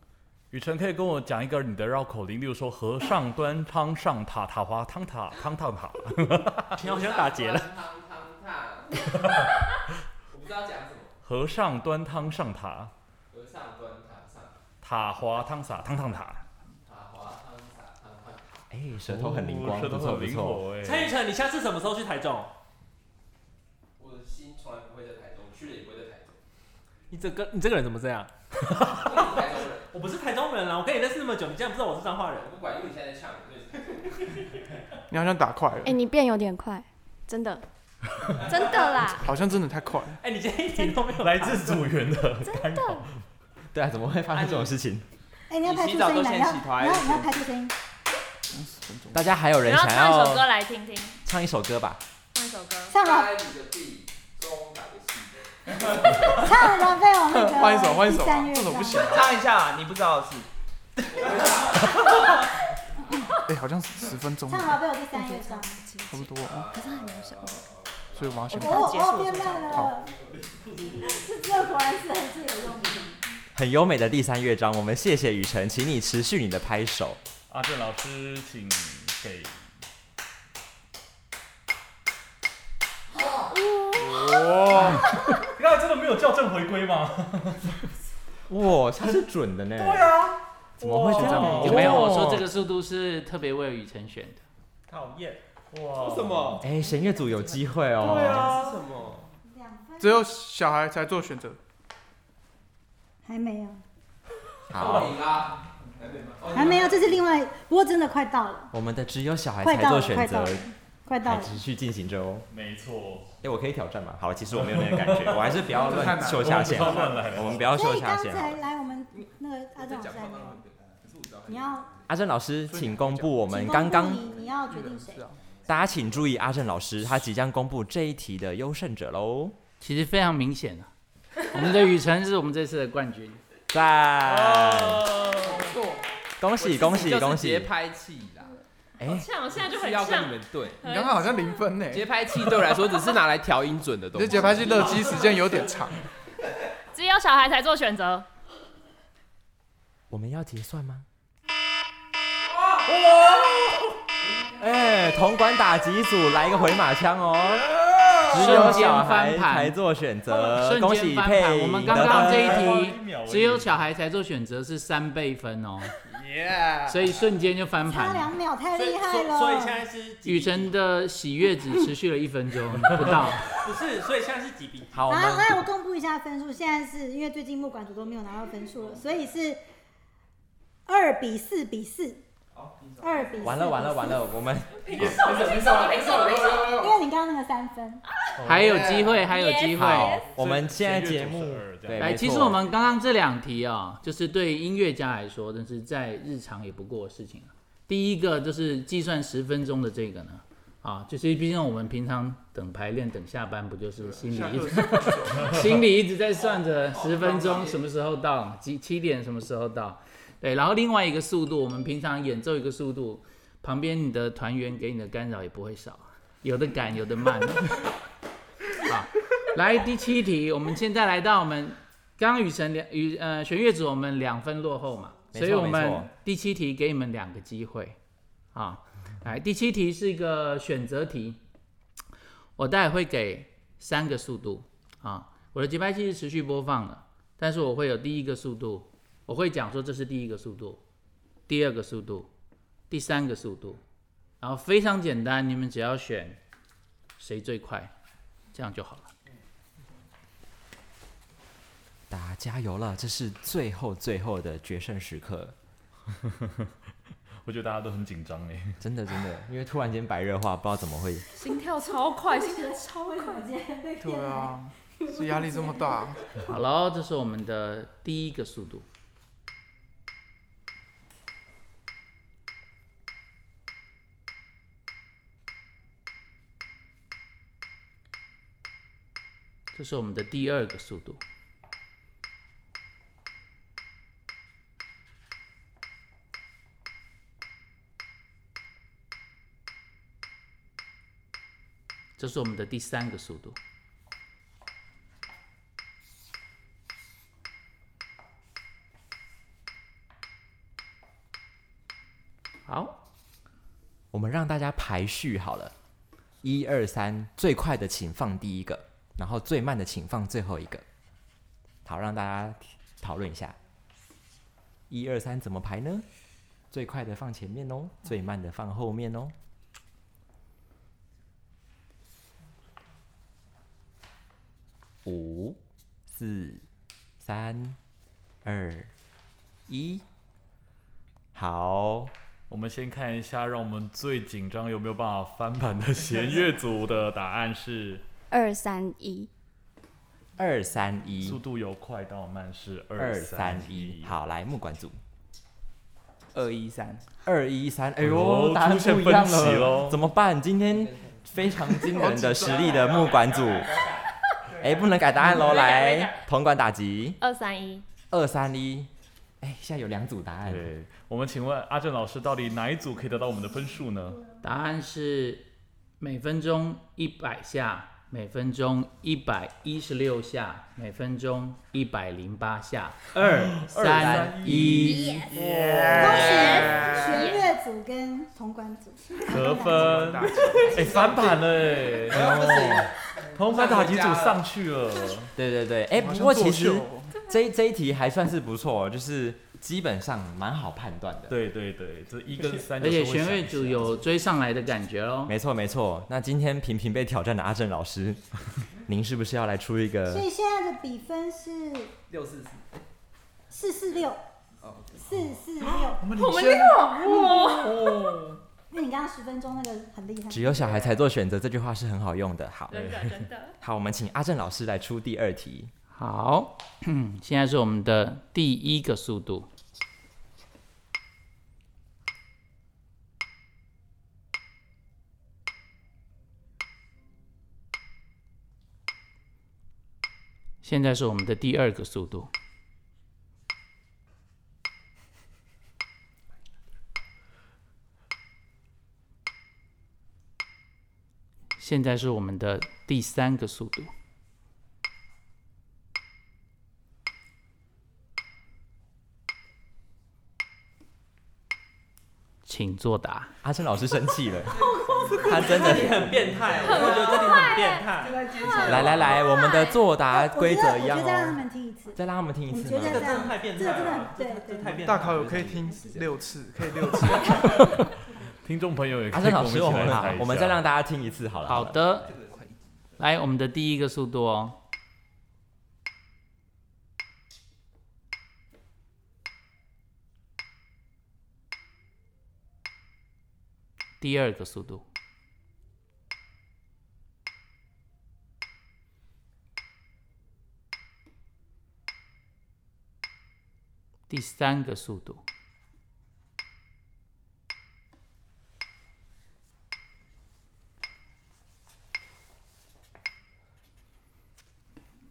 雨辰可以跟我讲一个你的绕口令，例如说和尚端汤上塔，塔滑汤塔康塔塔。
啊你好像打结了。
汤汤烫我不知道讲什么，
和尚端汤上塔，
和尚端汤上，
塔滑汤洒汤汤塔。
塔滑汤洒汤烫。
哎，舌头很灵光，
哦舌
不
头
错
很
不
灵
错。
活
蔡
哎。
雨辰，你下次什么时候去台中？
我的心从来不会在台中，去了也不会在台中。
你这个你这个人怎么这样？
我是台中人，
我不是台中人啦，我跟你认识那么久，你竟然不知道我是彰化人？
我不管，因为你现在在呛我，所以
你好像打快
哎
了，
哎你变有点快，真的，真的 啦，
好像真的太快了。
哎、你今天一点都没有
来自组员的干
真
扰
的。
对啊，怎么会发生这种事情？
哎，你要
你
拍
洗
出
澡
声音
都
来，你要
先洗
你
头还
要
是
你要拍出声音，哎
大家还有人
然后
想
唱一首
要
歌来听听，
唱一首歌吧？
唱一首歌。
唱了
拍你的臂，中打个戏。
唱了啊浪费我那个
换一首，换一首
第
啊
三，乐
这首不
章
行啊。
唱一下，你不知道的事。
哎，好像十分钟
唱
了，
了啊被我第三乐章，
差不多啊，
可是很难受。
所以我要先
我。
哦
结束
哦
了
变慢了，是这果然是很是有用的。
很优美的第三乐章，我们谢谢雨辰，请你持续你的拍手。
阿正老师，请给。哇！你刚才真的没有校正回归吗？
哇，他是准的呢。对啊，怎么会这样？
有没有？我说这个速度是特别为雨辰选的。
讨厌，
哇！
什么？
哎，弦乐组有机会哦。
对啊，是什么？
两分
只有小孩才做选择，
还没有，
好，
你啦。
还没有，这是另外，不过真的快到了，
我们的只有小孩
快
才
到
做
了，快
选
到
择
了，，快到
还
了。
持续进行中。
没错，
哎，我可以挑战吗？好了，其实我没有那个感 觉，我还是不要
这太难
乱
了
秀下限
我
好
们不要乱
了。
来
我们不要
所
秀
以
下
刚
限好
才
了。
来我们那个阿正老师还没有，你要
阿正老师，请公布我们
请
刚
公布
刚
你你要决定谁
是？啊，
大家请注意，阿正老师他即将公布这一题的优胜者喽！
其实非常明显 啊，我们的雨辰是我们这次的冠军。
赞，
错，
恭喜恭喜恭
节
喜！
拍器啦，
哎，
像我现在就很
是要跟你
像，
们对。
你刚刚好像零分呢。
节拍器对我来说只是拿来调音准的
你
东
这
西。
节拍器乐基时间有点长，
只有小孩才做选择。
我们要结算吗？哎，铜管打击组来一个回马枪哦！只有
瞬间
小
翻
孩才
盘，
做选择，
瞬
呃恭
间
喜
翻
佩
盘。
仪
我们
得
刚刚
分
这一题
一秒而已
只有小孩才做选择是三倍分哦，所以瞬间就
嗯
翻
差
盘。
两秒太
所以
厉害
所
了。啊
以所以现在是几
雨辰的喜悦只持续了一分钟不 到，
不是，所以现在是几比？
好，我
来
们
来，我公布一下分数，现在是因为最近木管组都没有拿到分数了，所以是二比四比四。二比四
完了完了完了，我们
因为你刚刚那个三分，
还有机会，还有机会
好。，我们现在节目
来，
对，没
哎其实
错
我们刚刚这两题啊、就是对音乐家来说，但是在日常也不过的事情了。啊第一个就是计算十分钟的这个呢，啊，就是毕竟我们平常等排练、等下班，不就是心里一直 心里一直在算着十分钟什么时候到，几七点什么时候到，对。然后另外一个速度，我们平常演奏一个速度，旁边你的团员给你的干扰也不会少，有的赶，有的慢。 好，来第七题，我们现在来到我们刚刚雨辰两雨呃弦乐组我们两分落后嘛，
没
所
错
以我
没
们
错
第七题给你们两个机会啊。来，第七题是一个选择题，我待会会给三个速度啊。我的节拍器是持续播放的，但是我会有第一个速度，我会讲说这是第一个速度，第二个速度，第三个速度，然后非常简单，你们只要选谁最快，这样就好了。
大家加油了，这是最后最后的决胜时刻，
我觉得大家都很紧张哎，
真的真的，因为突然间白热化，不知道怎么会。
心跳超快，心跳
超为什么今天被骗
对
来？
啊，是压力这么大，
好喽，这是我们的第一个速度。这是我们的第二个速度，这是我们的第三个速度。好，
我们让大家排序好了，一二三，最快的请放第一个，然后最慢的请放最后一个。好，让大家讨论一下，一二三怎么排呢？最快的放前面哦，最慢的放后面哦。五、四、三、二、一，好。
我们先看一下，让我们最紧张有没有办法翻盘的弦乐组的答案是
二三一，
二三一，
速度由快到慢是
二
三
三一，好，来木管组
二一三，
二一三，哎
哦
呦，答案
出现
不一样
分歧
了
咯，
怎么办？今天非常惊人的实力的木管 组，哎，不能改答案喽，来，铜管打击，
二三一，
二三一，哎，现在有两组答案，
对，我们请问阿正老师，到底哪一组可以得到我们的分数呢？
答案是每分钟一百下，每分钟一百一十六下，每分钟一百零八下。二三一，
哎
恭喜弦乐组跟铜管 组。
得分，哎，翻盘了哎，同分打击组上去了，
对对对，哎，不
好像
过其
作
实
秀哦
这这一题还算是不错，就是基本上蛮好判断的。
对对对，这一跟三，
而且弦乐组有追上来的感觉哦喽。
没错没错，那今天频频被挑战的阿正老师， 您是不是要来出一 个
所以现在的比分是
六四四，
四四六，
哦
四四六。
我们这个网络
哦
那你刚刚十分钟那个很厉害，
只有小孩才做选择这句话是很好用的。好，
真的真的，
好，我们请阿正老师来出第二题。
好， 现在是我们的第一个速度。现在是我们的第二个速度，现在是我们的第三个速度。请作答。
阿生老师生气了，
他真的
你
很变 态，
啊
我
我
会
觉
觉
得这
得这
里
里
很变
很变
态
态。
来来来，我们的作答规则一样
哎我觉得让他
哦，
们听一次，
再让他们听一
我
次
觉
吗
得？
这
这
真
样
的太变
这
态
个真的
了
很，对
这
对
太 变态
大
了。
考有可以听六次，可以六次。
听众朋友也可
阿
以
生
跟 我
老
们
师，
一起
我
来
们
猜
好
一，下
我们再让大家听一次好了。
好，的，来我们的第一个速度哦。第二个速度，第三个速度，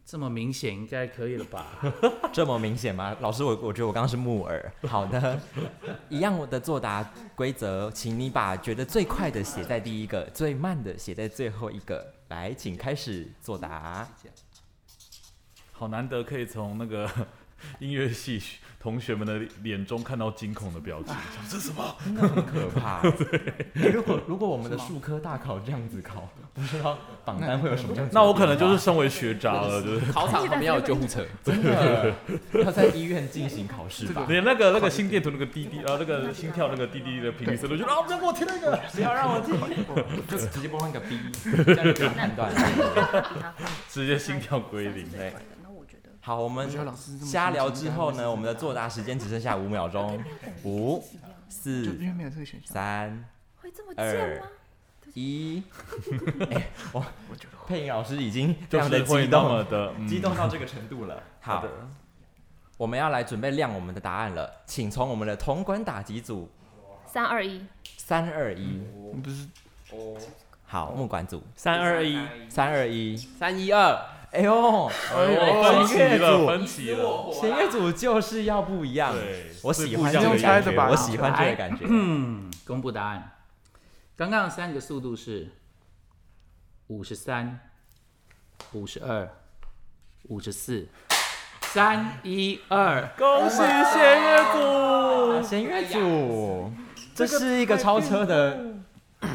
这么明显应该可以了吧？
这么明显吗？老师，我我觉得我刚刚是木耳。好的， 一样我的作答规则，请你把觉得最快的写在第一个，最慢的写在最后一个。来，请开始作答。
好难得可以从那个 音乐系同学们的脸中看到惊恐的表
啊
情，想这是什么？
很可 怕。欸如果如果我们的数科大考这样子 考，不知道榜单会有什么样子的变化？
那我可能就是身为学渣了，就是
考场旁边要有救护车，
真的 要在医院进行考试吧？
连那个那个心电图那个滴滴，然后那个心跳那个滴滴的频率声都觉得啊，不要给我 听那个。
不要让我听，就直接播放个 B，这样就不用判断。
直接心跳归零
对
那我觉得
好，我们
我觉得老师这么
瞎聊
辛勤
之后呢，我们的作答时间只剩下五秒钟，五、
就
四
因、为没有这个选项，
三、
会这么贱吗？
一。哎，我配音老师已经非
就
常
是
的
会
激
那
动
么的、嗯、
激动到这个程度了。好，我们要来准备亮我们的答案了，请从我们的铜管打击组
三二一，
三二一，
你不是
好，木管组
三二一，
三二一，
三一二，
哎呦，
分歧
弦乐
了，
组，
分歧了，
弦乐组就是要不一样。
对，
我喜欢
是
这
不
个
一样
的
感
感觉，
觉
吧
我喜欢这个感觉。
嗯，公布答案。刚刚的三个速度是五十三、五十二、五十四，三一二。
恭喜弦乐组，
弦乐组，这是一个超车的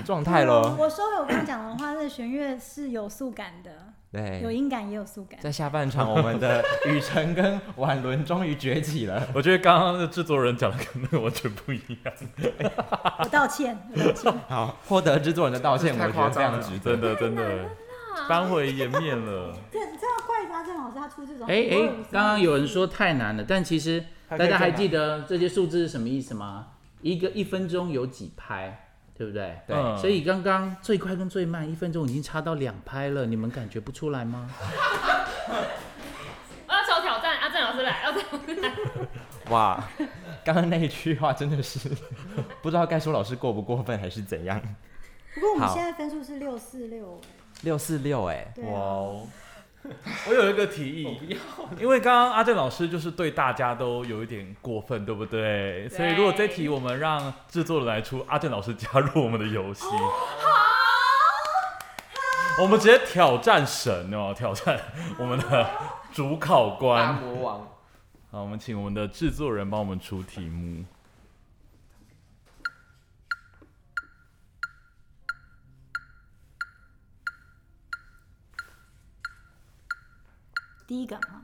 状态
我
喽。
啊我收回我刚刚讲的话，那个弦乐是有速感的，
哎
有
对，
音感也有速感。
在下半场，我们的雨辰跟婉伦终于崛起了。
我觉得刚刚的制作人讲的跟那个完全不一样，
我道歉，我道歉。
好，获得制作人的道歉，
这
我
太
觉
夸
得非
张
常
了
值得
真。的啊真的扳回颜面了。
这这要怪他，郑老师他出这种。
哎哎，刚刚有人说太难了，但其实
还可
大
以
家还
再
记得这些数字是什么意思吗？一个一分钟有几拍，对不对？
对
嗯
所以刚刚最快跟最慢一分钟已经差到两拍了，你们感觉不出来吗？
我要小挑战，阿正老师来，阿正老师来，
哇，刚刚那一句话真的是 不知道该说老师过不过分还是怎样。
不过我们
好
现在分数是六四六，
六四六哎，
对啊
哦，我有一个提议，因为刚刚阿正老师就是对大家都有一点过分，对不对？所以如果这题我们让制作人来出，阿正老师加入我们的游戏，我们直接挑战神哦，挑战我们的主考
大
官。
魔王，
好，我们请我们的制作人帮我们出题目。
第一个哈，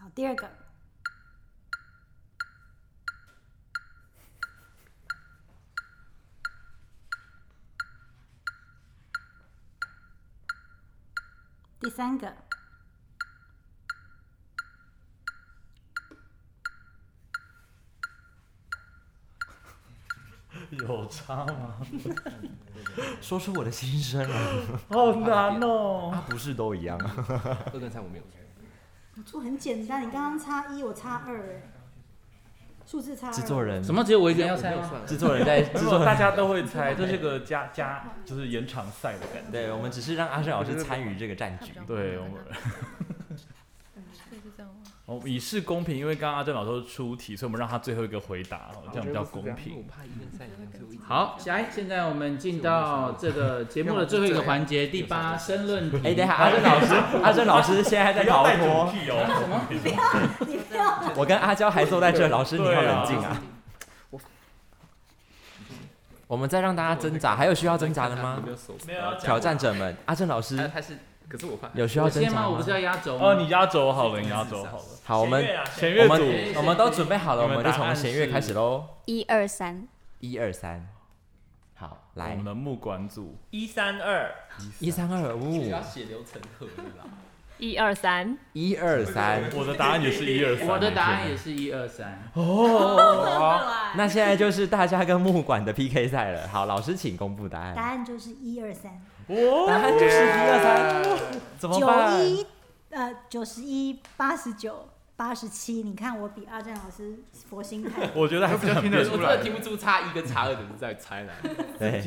好，第二个，第三个，
有差吗？
说出我的心声了。
好难哦！
他不是都一样啊吗？
二跟三我没有。
我出很简单，你刚刚差一，我差二，哎，数字差二。
制 作人，
怎么只有我一个人要猜吗？
制作人在
没
制
有，
作
大
人？
家都会猜，这是个加加，就是延长赛的感觉。
对，我们只是让阿胜老师参与这个战局。
对，我们嗯
会是这样吗？
哦，以示公平，因为刚刚阿正老师出题，所以我们让他最后一个回答，哦，这样比较公平。
怕一跟三一样，所以我一直
好，来，现在我们进到这个节目的最后一个环节，第八申论题。
哎，等一下，阿胜老师， 阿胜老师现在在逃脱。
题哦，
我跟阿娇还坐在这，老师你要冷静啊。我们再让大家挣扎，还有需要挣扎的吗？
没有要讲
挑战者们，阿正老师
他是，可是我怕
有需要挣
先
扎
吗？我不是要压轴吗？
哦，你压轴好了，你压轴好了。
好，我们
弦乐啊
弦
我
乐组
们我们都准备好了，我
你们
们就
答
从
案
弦乐
是
开始喽。
一二三，
一二三，好，
我
来
们的啊木管组，
一三二，
一三二五，
血流成河啦。
一二三，
一二三。
我的答案也是一二三。
我的答案也是一二三，
那现在就是大家跟木管的 PK 赛了。好，老师请公布答
答
案。
案就是一二三
答案就是一
哦
二三，怎么办
九？
哎，
一，呃，九十一，八十九，八十七。你看我比阿正老师佛心 态
我觉得还是很
听得
变
出
我真
态
来
的听不出差一跟差二的人在猜哪里。
对，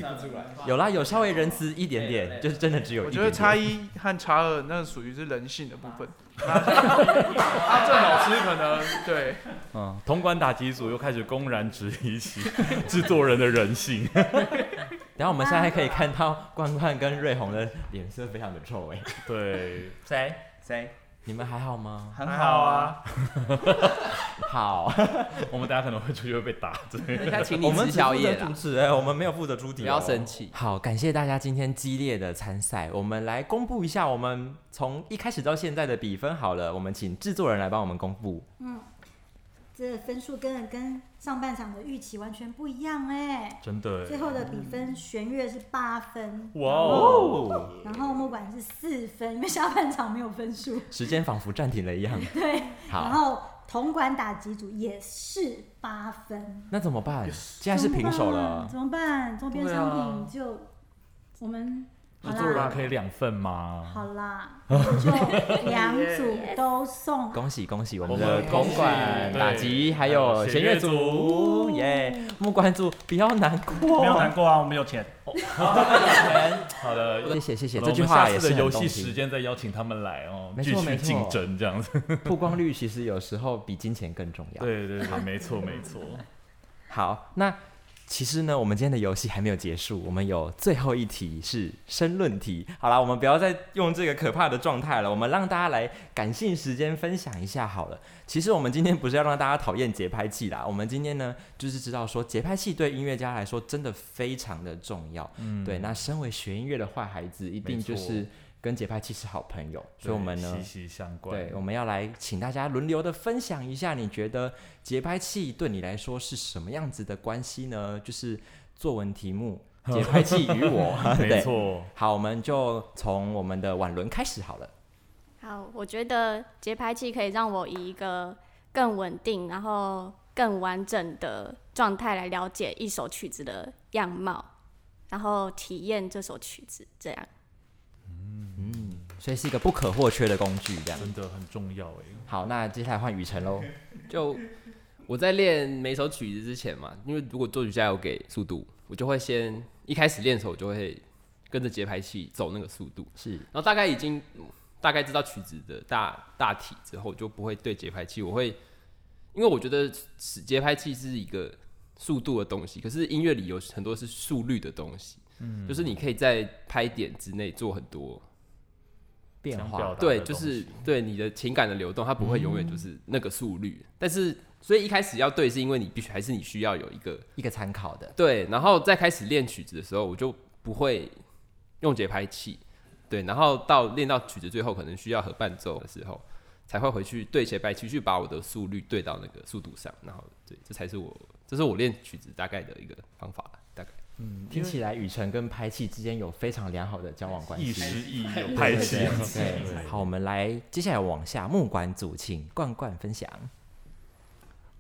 有啦，有稍微仁慈一点点，就是真的只有一
我
点
觉
点。
得差一和差二那属于是人性的部分。那阿正老师可能对，
嗯，铜管打击组又开始公然质疑起 制作人的人性。
然后我们现在可以看到冠冠跟瑞红的脸色非常的臭哎、
对，
谁？
谁？
你们还好吗？
很好啊，
好，
我们大家可能会出去会被打。对，
人家请
我
你
们
吃
只
宵
负
夜
责主
啦，
持哎，我们没有负责出题、
不要生。气。
好，感谢大家今天激烈的参赛。我们来公布一下我们从一开始到现在的比分好了，我们请制作人来帮我们公布。
嗯，这分数跟跟上半场的预期完全不一样哎。
真的
最
欸。
后的比分，弦乐是八分，
哇哦！
然后木管是四分，因为下半场没有分数。
时间仿佛暂停了一样。
对，然
啊
好，
后铜管打击组也是八分，
那怎么办？现在是平手了。
怎么办？周边商品就我们好
制作人
啦，
可以两份吗？
好啦，就两组都 送。
恭喜恭喜我们
我们
的公馆
对
打击，还有弦乐
弦乐
组，耶！木管组不要难过，
没有难过啊，我们有钱。
好的，
谢谢谢谢，
好了
这句
我
话
们
也
下次
是
的
很
游戏
动听
时间再邀请他们来哦，
没错
继
没
续
错
竞争这样 子。
曝光率其实有时候比金钱更重要。
对对对，没错没错。
好，那其实呢，我们今天的游戏还没有结束，我们有最后一题是申论题。好啦，我们不要再用这个可怕的状态了，我们让大家来感性时间分享一下好了。其实我们今天不是要让大家讨厌节拍器啦，我们今天呢就是知道说节拍器对音乐家来说真的非常的重要。
嗯，
对，那身为学音乐的坏孩子，一定
没错
就是跟节拍器是好朋友，所以我们呢
息息相关。
对，我们要来请大家轮流的分享一下，你觉得节拍器对你来说是什么样子的关系呢？就是作文 题目《节拍器与我》，
没
对。
错。
好，我们就从我们的婉伦开始好了。
好，我觉得节拍器可以让我以一个更稳定，然后更完整的状态来了解一首曲子的样貌，然后体验这首曲子。这样，
嗯，所以是一个不可或缺的工具，这样。
真的很重要哎，
好，那接下来换雨辰喽。
就我在练每首曲子之前嘛，因为如果作曲家有给速度，我就会先一开始练的时候，我就会跟着节拍器走那个速度，
是
然后大概已经嗯大概知道曲子的大大体之后，就不会对节拍器，我会因为我觉得是节拍器是一个速度的东西，可是音乐里有很多是速率的东西，嗯，就是你可以在拍点之内做很多
变
想表
化
达，
对，
的
就
东
是
西
对你的情感的流动，它不会永远就是那个速率。但是，所以一开始要对，是因为你必须还是你需要有一个
一个参考的。
对，然后再开始练曲子的时候，我就不会用节拍器，对，然后到练到曲子最后，可能需要合伴奏的时候，才会回去对节拍器去把我的速率对到那个速度上，然后对，这才是我这是我练曲子大概的一个方法，大概。
嗯
听起来雨辰跟拍器之间有非常良好的交往关系。
亦师亦友，拍戏。
对，好，我们来接下来往下木管组，请冠冠分享。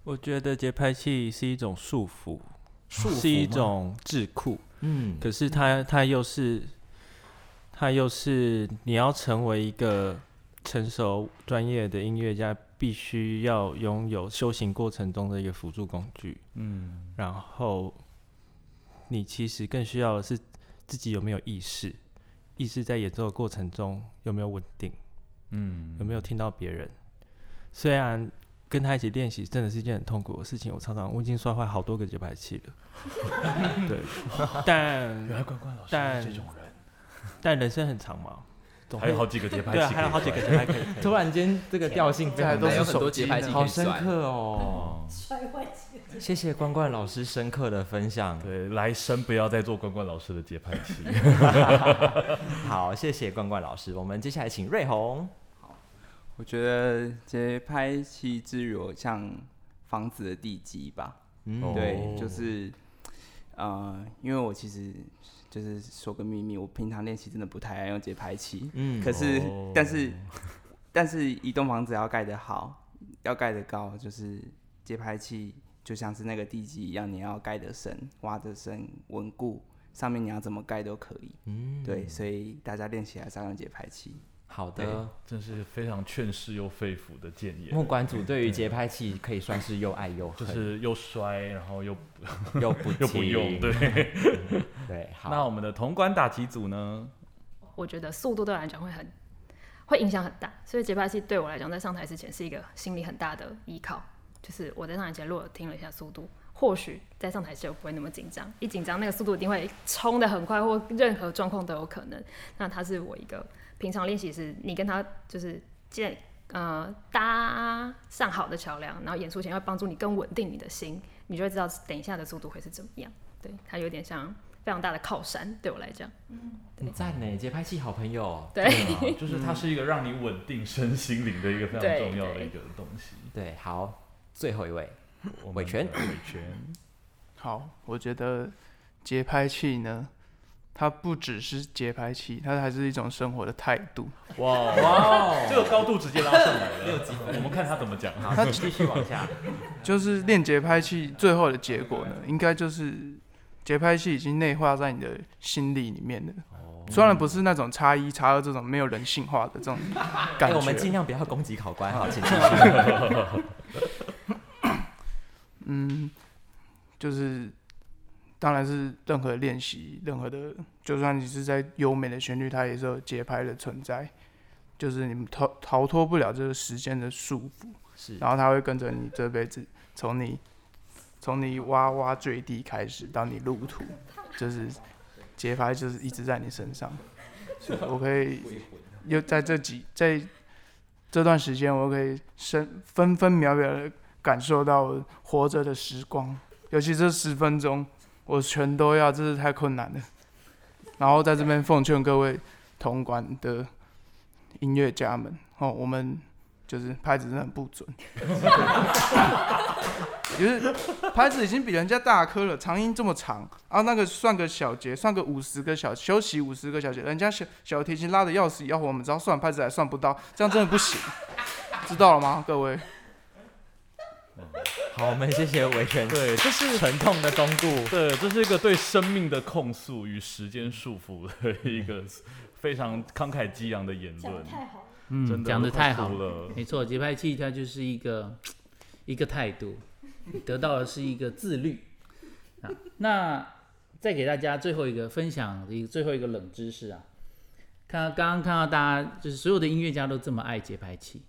我觉得节拍器是一种束缚，
束缚
是一
吗
种智库，
嗯，
可是它它又是它又是你要成为一个成熟专业的音乐家，必须要拥有修行过程中的一个辅助工具。
嗯，
然后你其实更需要的是自己有没有意识，意识在演奏的过程中有没有稳定，嗯，有没有听到别人。虽然跟他一起练习真的是一件很痛苦的事情，我常常我已经摔坏好多个节拍器了，对，但
原来关关老师
但
是这种人，
但人生很长嘛，总
还有
会
好几个节拍器
对啊，
可以
还有好几个节拍可以 可以。
突然间这个调性非
这还
常
都是
有
哎手机拍
好深刻哦。
摔坏几个
谢谢关关老师深刻的分享。
对，来生不要再做关关老师的节拍器。
好，谢谢关关老师。我们接下来请瑞红。
我觉得节拍器之于我像房子的地基吧。
嗯
对
哦，
就是呃，因为我其实就是说个秘密，我平常练习真的不太爱用节拍器。
嗯
可是、
哦
但是但是一栋房子要盖得好，要盖得高，就是节拍器就像是那个地基一样，你要盖得深、挖得深、稳固，上面你要怎么盖都可以。
嗯，
对，所以大家练习还是要用节拍器。
好
对
的。
真是非常劝世又肺腑的谏言。
哎木管组对于节拍器可以算是又爱又
就
恨，
是又摔，然后又
又不
又不用，
听
对。
对。好，
那我们的潼关打击组 呢？
我觉得速度对我来讲会很会影响很大，所以节拍器对我来讲在上台之前是一个心理很大的依靠。就是我在上台前如果听了一下速度，或许在上台前我不会那么紧张，一紧张那个速度一定会冲的很快，或任何状况都有可能。那它是我一个平常练习时你跟他就是建呃搭上好的桥梁，然后演出前要帮助你更稳定你的心，你就会知道等一下的速度会是怎么样。对，它有点像非常大的靠山，对我来讲。
很赞呢，节拍器好朋友。
对
啊就是
嗯
它是一个让你稳定身心灵的一个非常
对
重要的
对
一个东西。
对，好，最后一位，
我们
伟权
的伟 权，
好，我觉得节拍器呢，它不只是节拍器，它还是一种生活的态度。
哇
哇哦
这个高度直接拉上来
六
了
级。
我们看他怎么讲。
好，继续往下。
就是练节拍器最后的结果呢，应该就是节拍器已经内化在你的心里里面了。虽然不是那种差一、差二这种没有人性化的这种感
哎，
觉，
我们尽量不要攻击考官，
啊
好，请继续。
嗯，就是当然是任何练习，任何的，就算你是在优美的旋律，它也是有节拍的存在，就是你们逃逃脱不了这个时间的束缚，
是
然后它会跟着你这辈子，从你从你哇哇坠地开始到你路途，就是节拍就是一直在你身上，所以我可以又在这几在这段时间，我可以深分分秒秒的感受到我活着的时光，尤其这十分钟，我全都要，真是太困难了。然后在这边奉劝各位铜管的音乐家们，哦，我们就是拍子真的很不准， 就是拍子已经比人家大颗了，长音这么长，啊，那个算个小节，算个五十个小休息五十个小节，人家小小提琴拉的要死要活，我们只要算拍子还算不到，这样真的不行，知道了吗，各位？
好，我们谢谢维权。
对，这 是
沉痛的忠告。
对，这是一个对生命的控诉与时间束缚的一 个非常慷慨激昂的言
讲得
论。
太好了。
真
嗯，
的
讲
我
的
快
太
哭
好
了
没错，节拍器它就是一个一个态度，得到的是一个自律啊。那再给大家最后一个分享的一个最后一个冷知识啊，看到刚刚看到大家就是所有的音乐家都这么爱节拍器，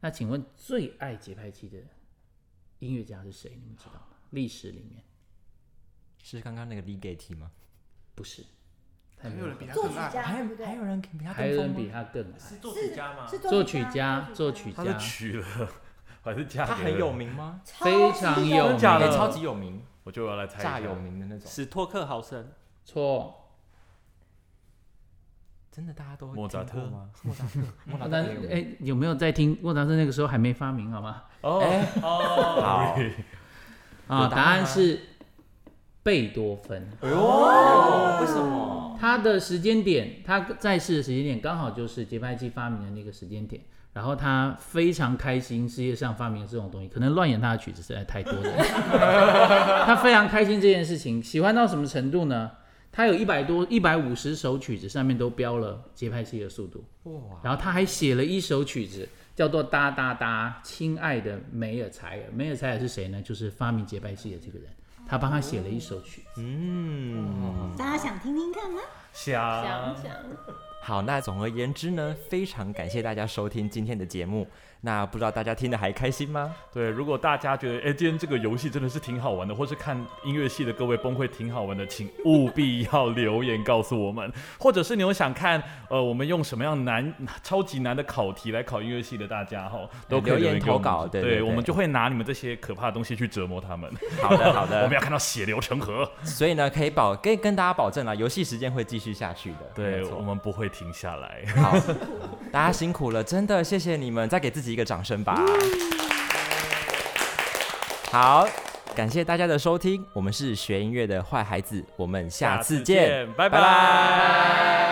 那请问最爱节拍器的音乐家是谁？你们知道吗？历史里面
是刚刚那个 l e g a t 吗？
不是，太
还
没
有
有
人比
了
他
作
更
曲
爱。
家对不对？
还有人比他
还有
更疯
人
吗
比他更爱
作曲家吗？
是
作曲家，作
作
曲
他是
家，
娶了 还是嫁给
他
了
很有，名吗？
非常有
真
名，
的假的
哎超级有名，
我就要来猜一
炸
下。
有名的那种。
史托克豪森，
错。
真的大家都
莫扎特
听过吗？莫扎特，莫扎
但
特也有名。
哎、有没有在听？莫扎特那个时候还没发明，好吗？
哦
哎
哦，
好
啊，
有答
答
案吗
案是贝多芬。
哎哦呦，为什么？
他的时间点，他在世的时间点刚好就是节拍器发明的那个时间点。然后他非常开心，世界上发明了这种东西，可能乱演他的曲子实在太多 了。他非常开心这件事情，喜欢到什么程度呢？他有一百多、一百五十首曲子上面都标了节拍器的速度。
哇，
然后他还写了一首曲子，叫做《哒哒哒》，亲爱的梅尔采尔。梅尔采尔是谁呢？就是发明节拍器的这个人，他帮他写了一首曲子。
嗯，
大家想听听看吗？
瞎
想想，
好，那总而言之呢，非常感谢大家收听今天的节目。那不知道大家听的还开心吗？
对，如果大家觉得哎、诶今天这个游戏真的是挺好玩的，或是看音乐系的各位崩溃挺好玩的，请务必要留言告诉我们，或者是你有想看呃我们用什么样难 超级难的考题来考音乐系的大家哈，都可以
留言
给我们
投稿对对对
我们就会拿你们这些可怕的东西去折磨他们。
好的好的
我们要看到血流成河。
所以呢，可以保跟跟大家保证啊，游戏时间会继续下去的。
对
没错
我们不会停下来。
好，大家辛苦了，真的谢谢你们，再给自己一个掌声吧。好，感谢大家 的收听，我们是学音乐的坏孩子，我们下次见，
拜拜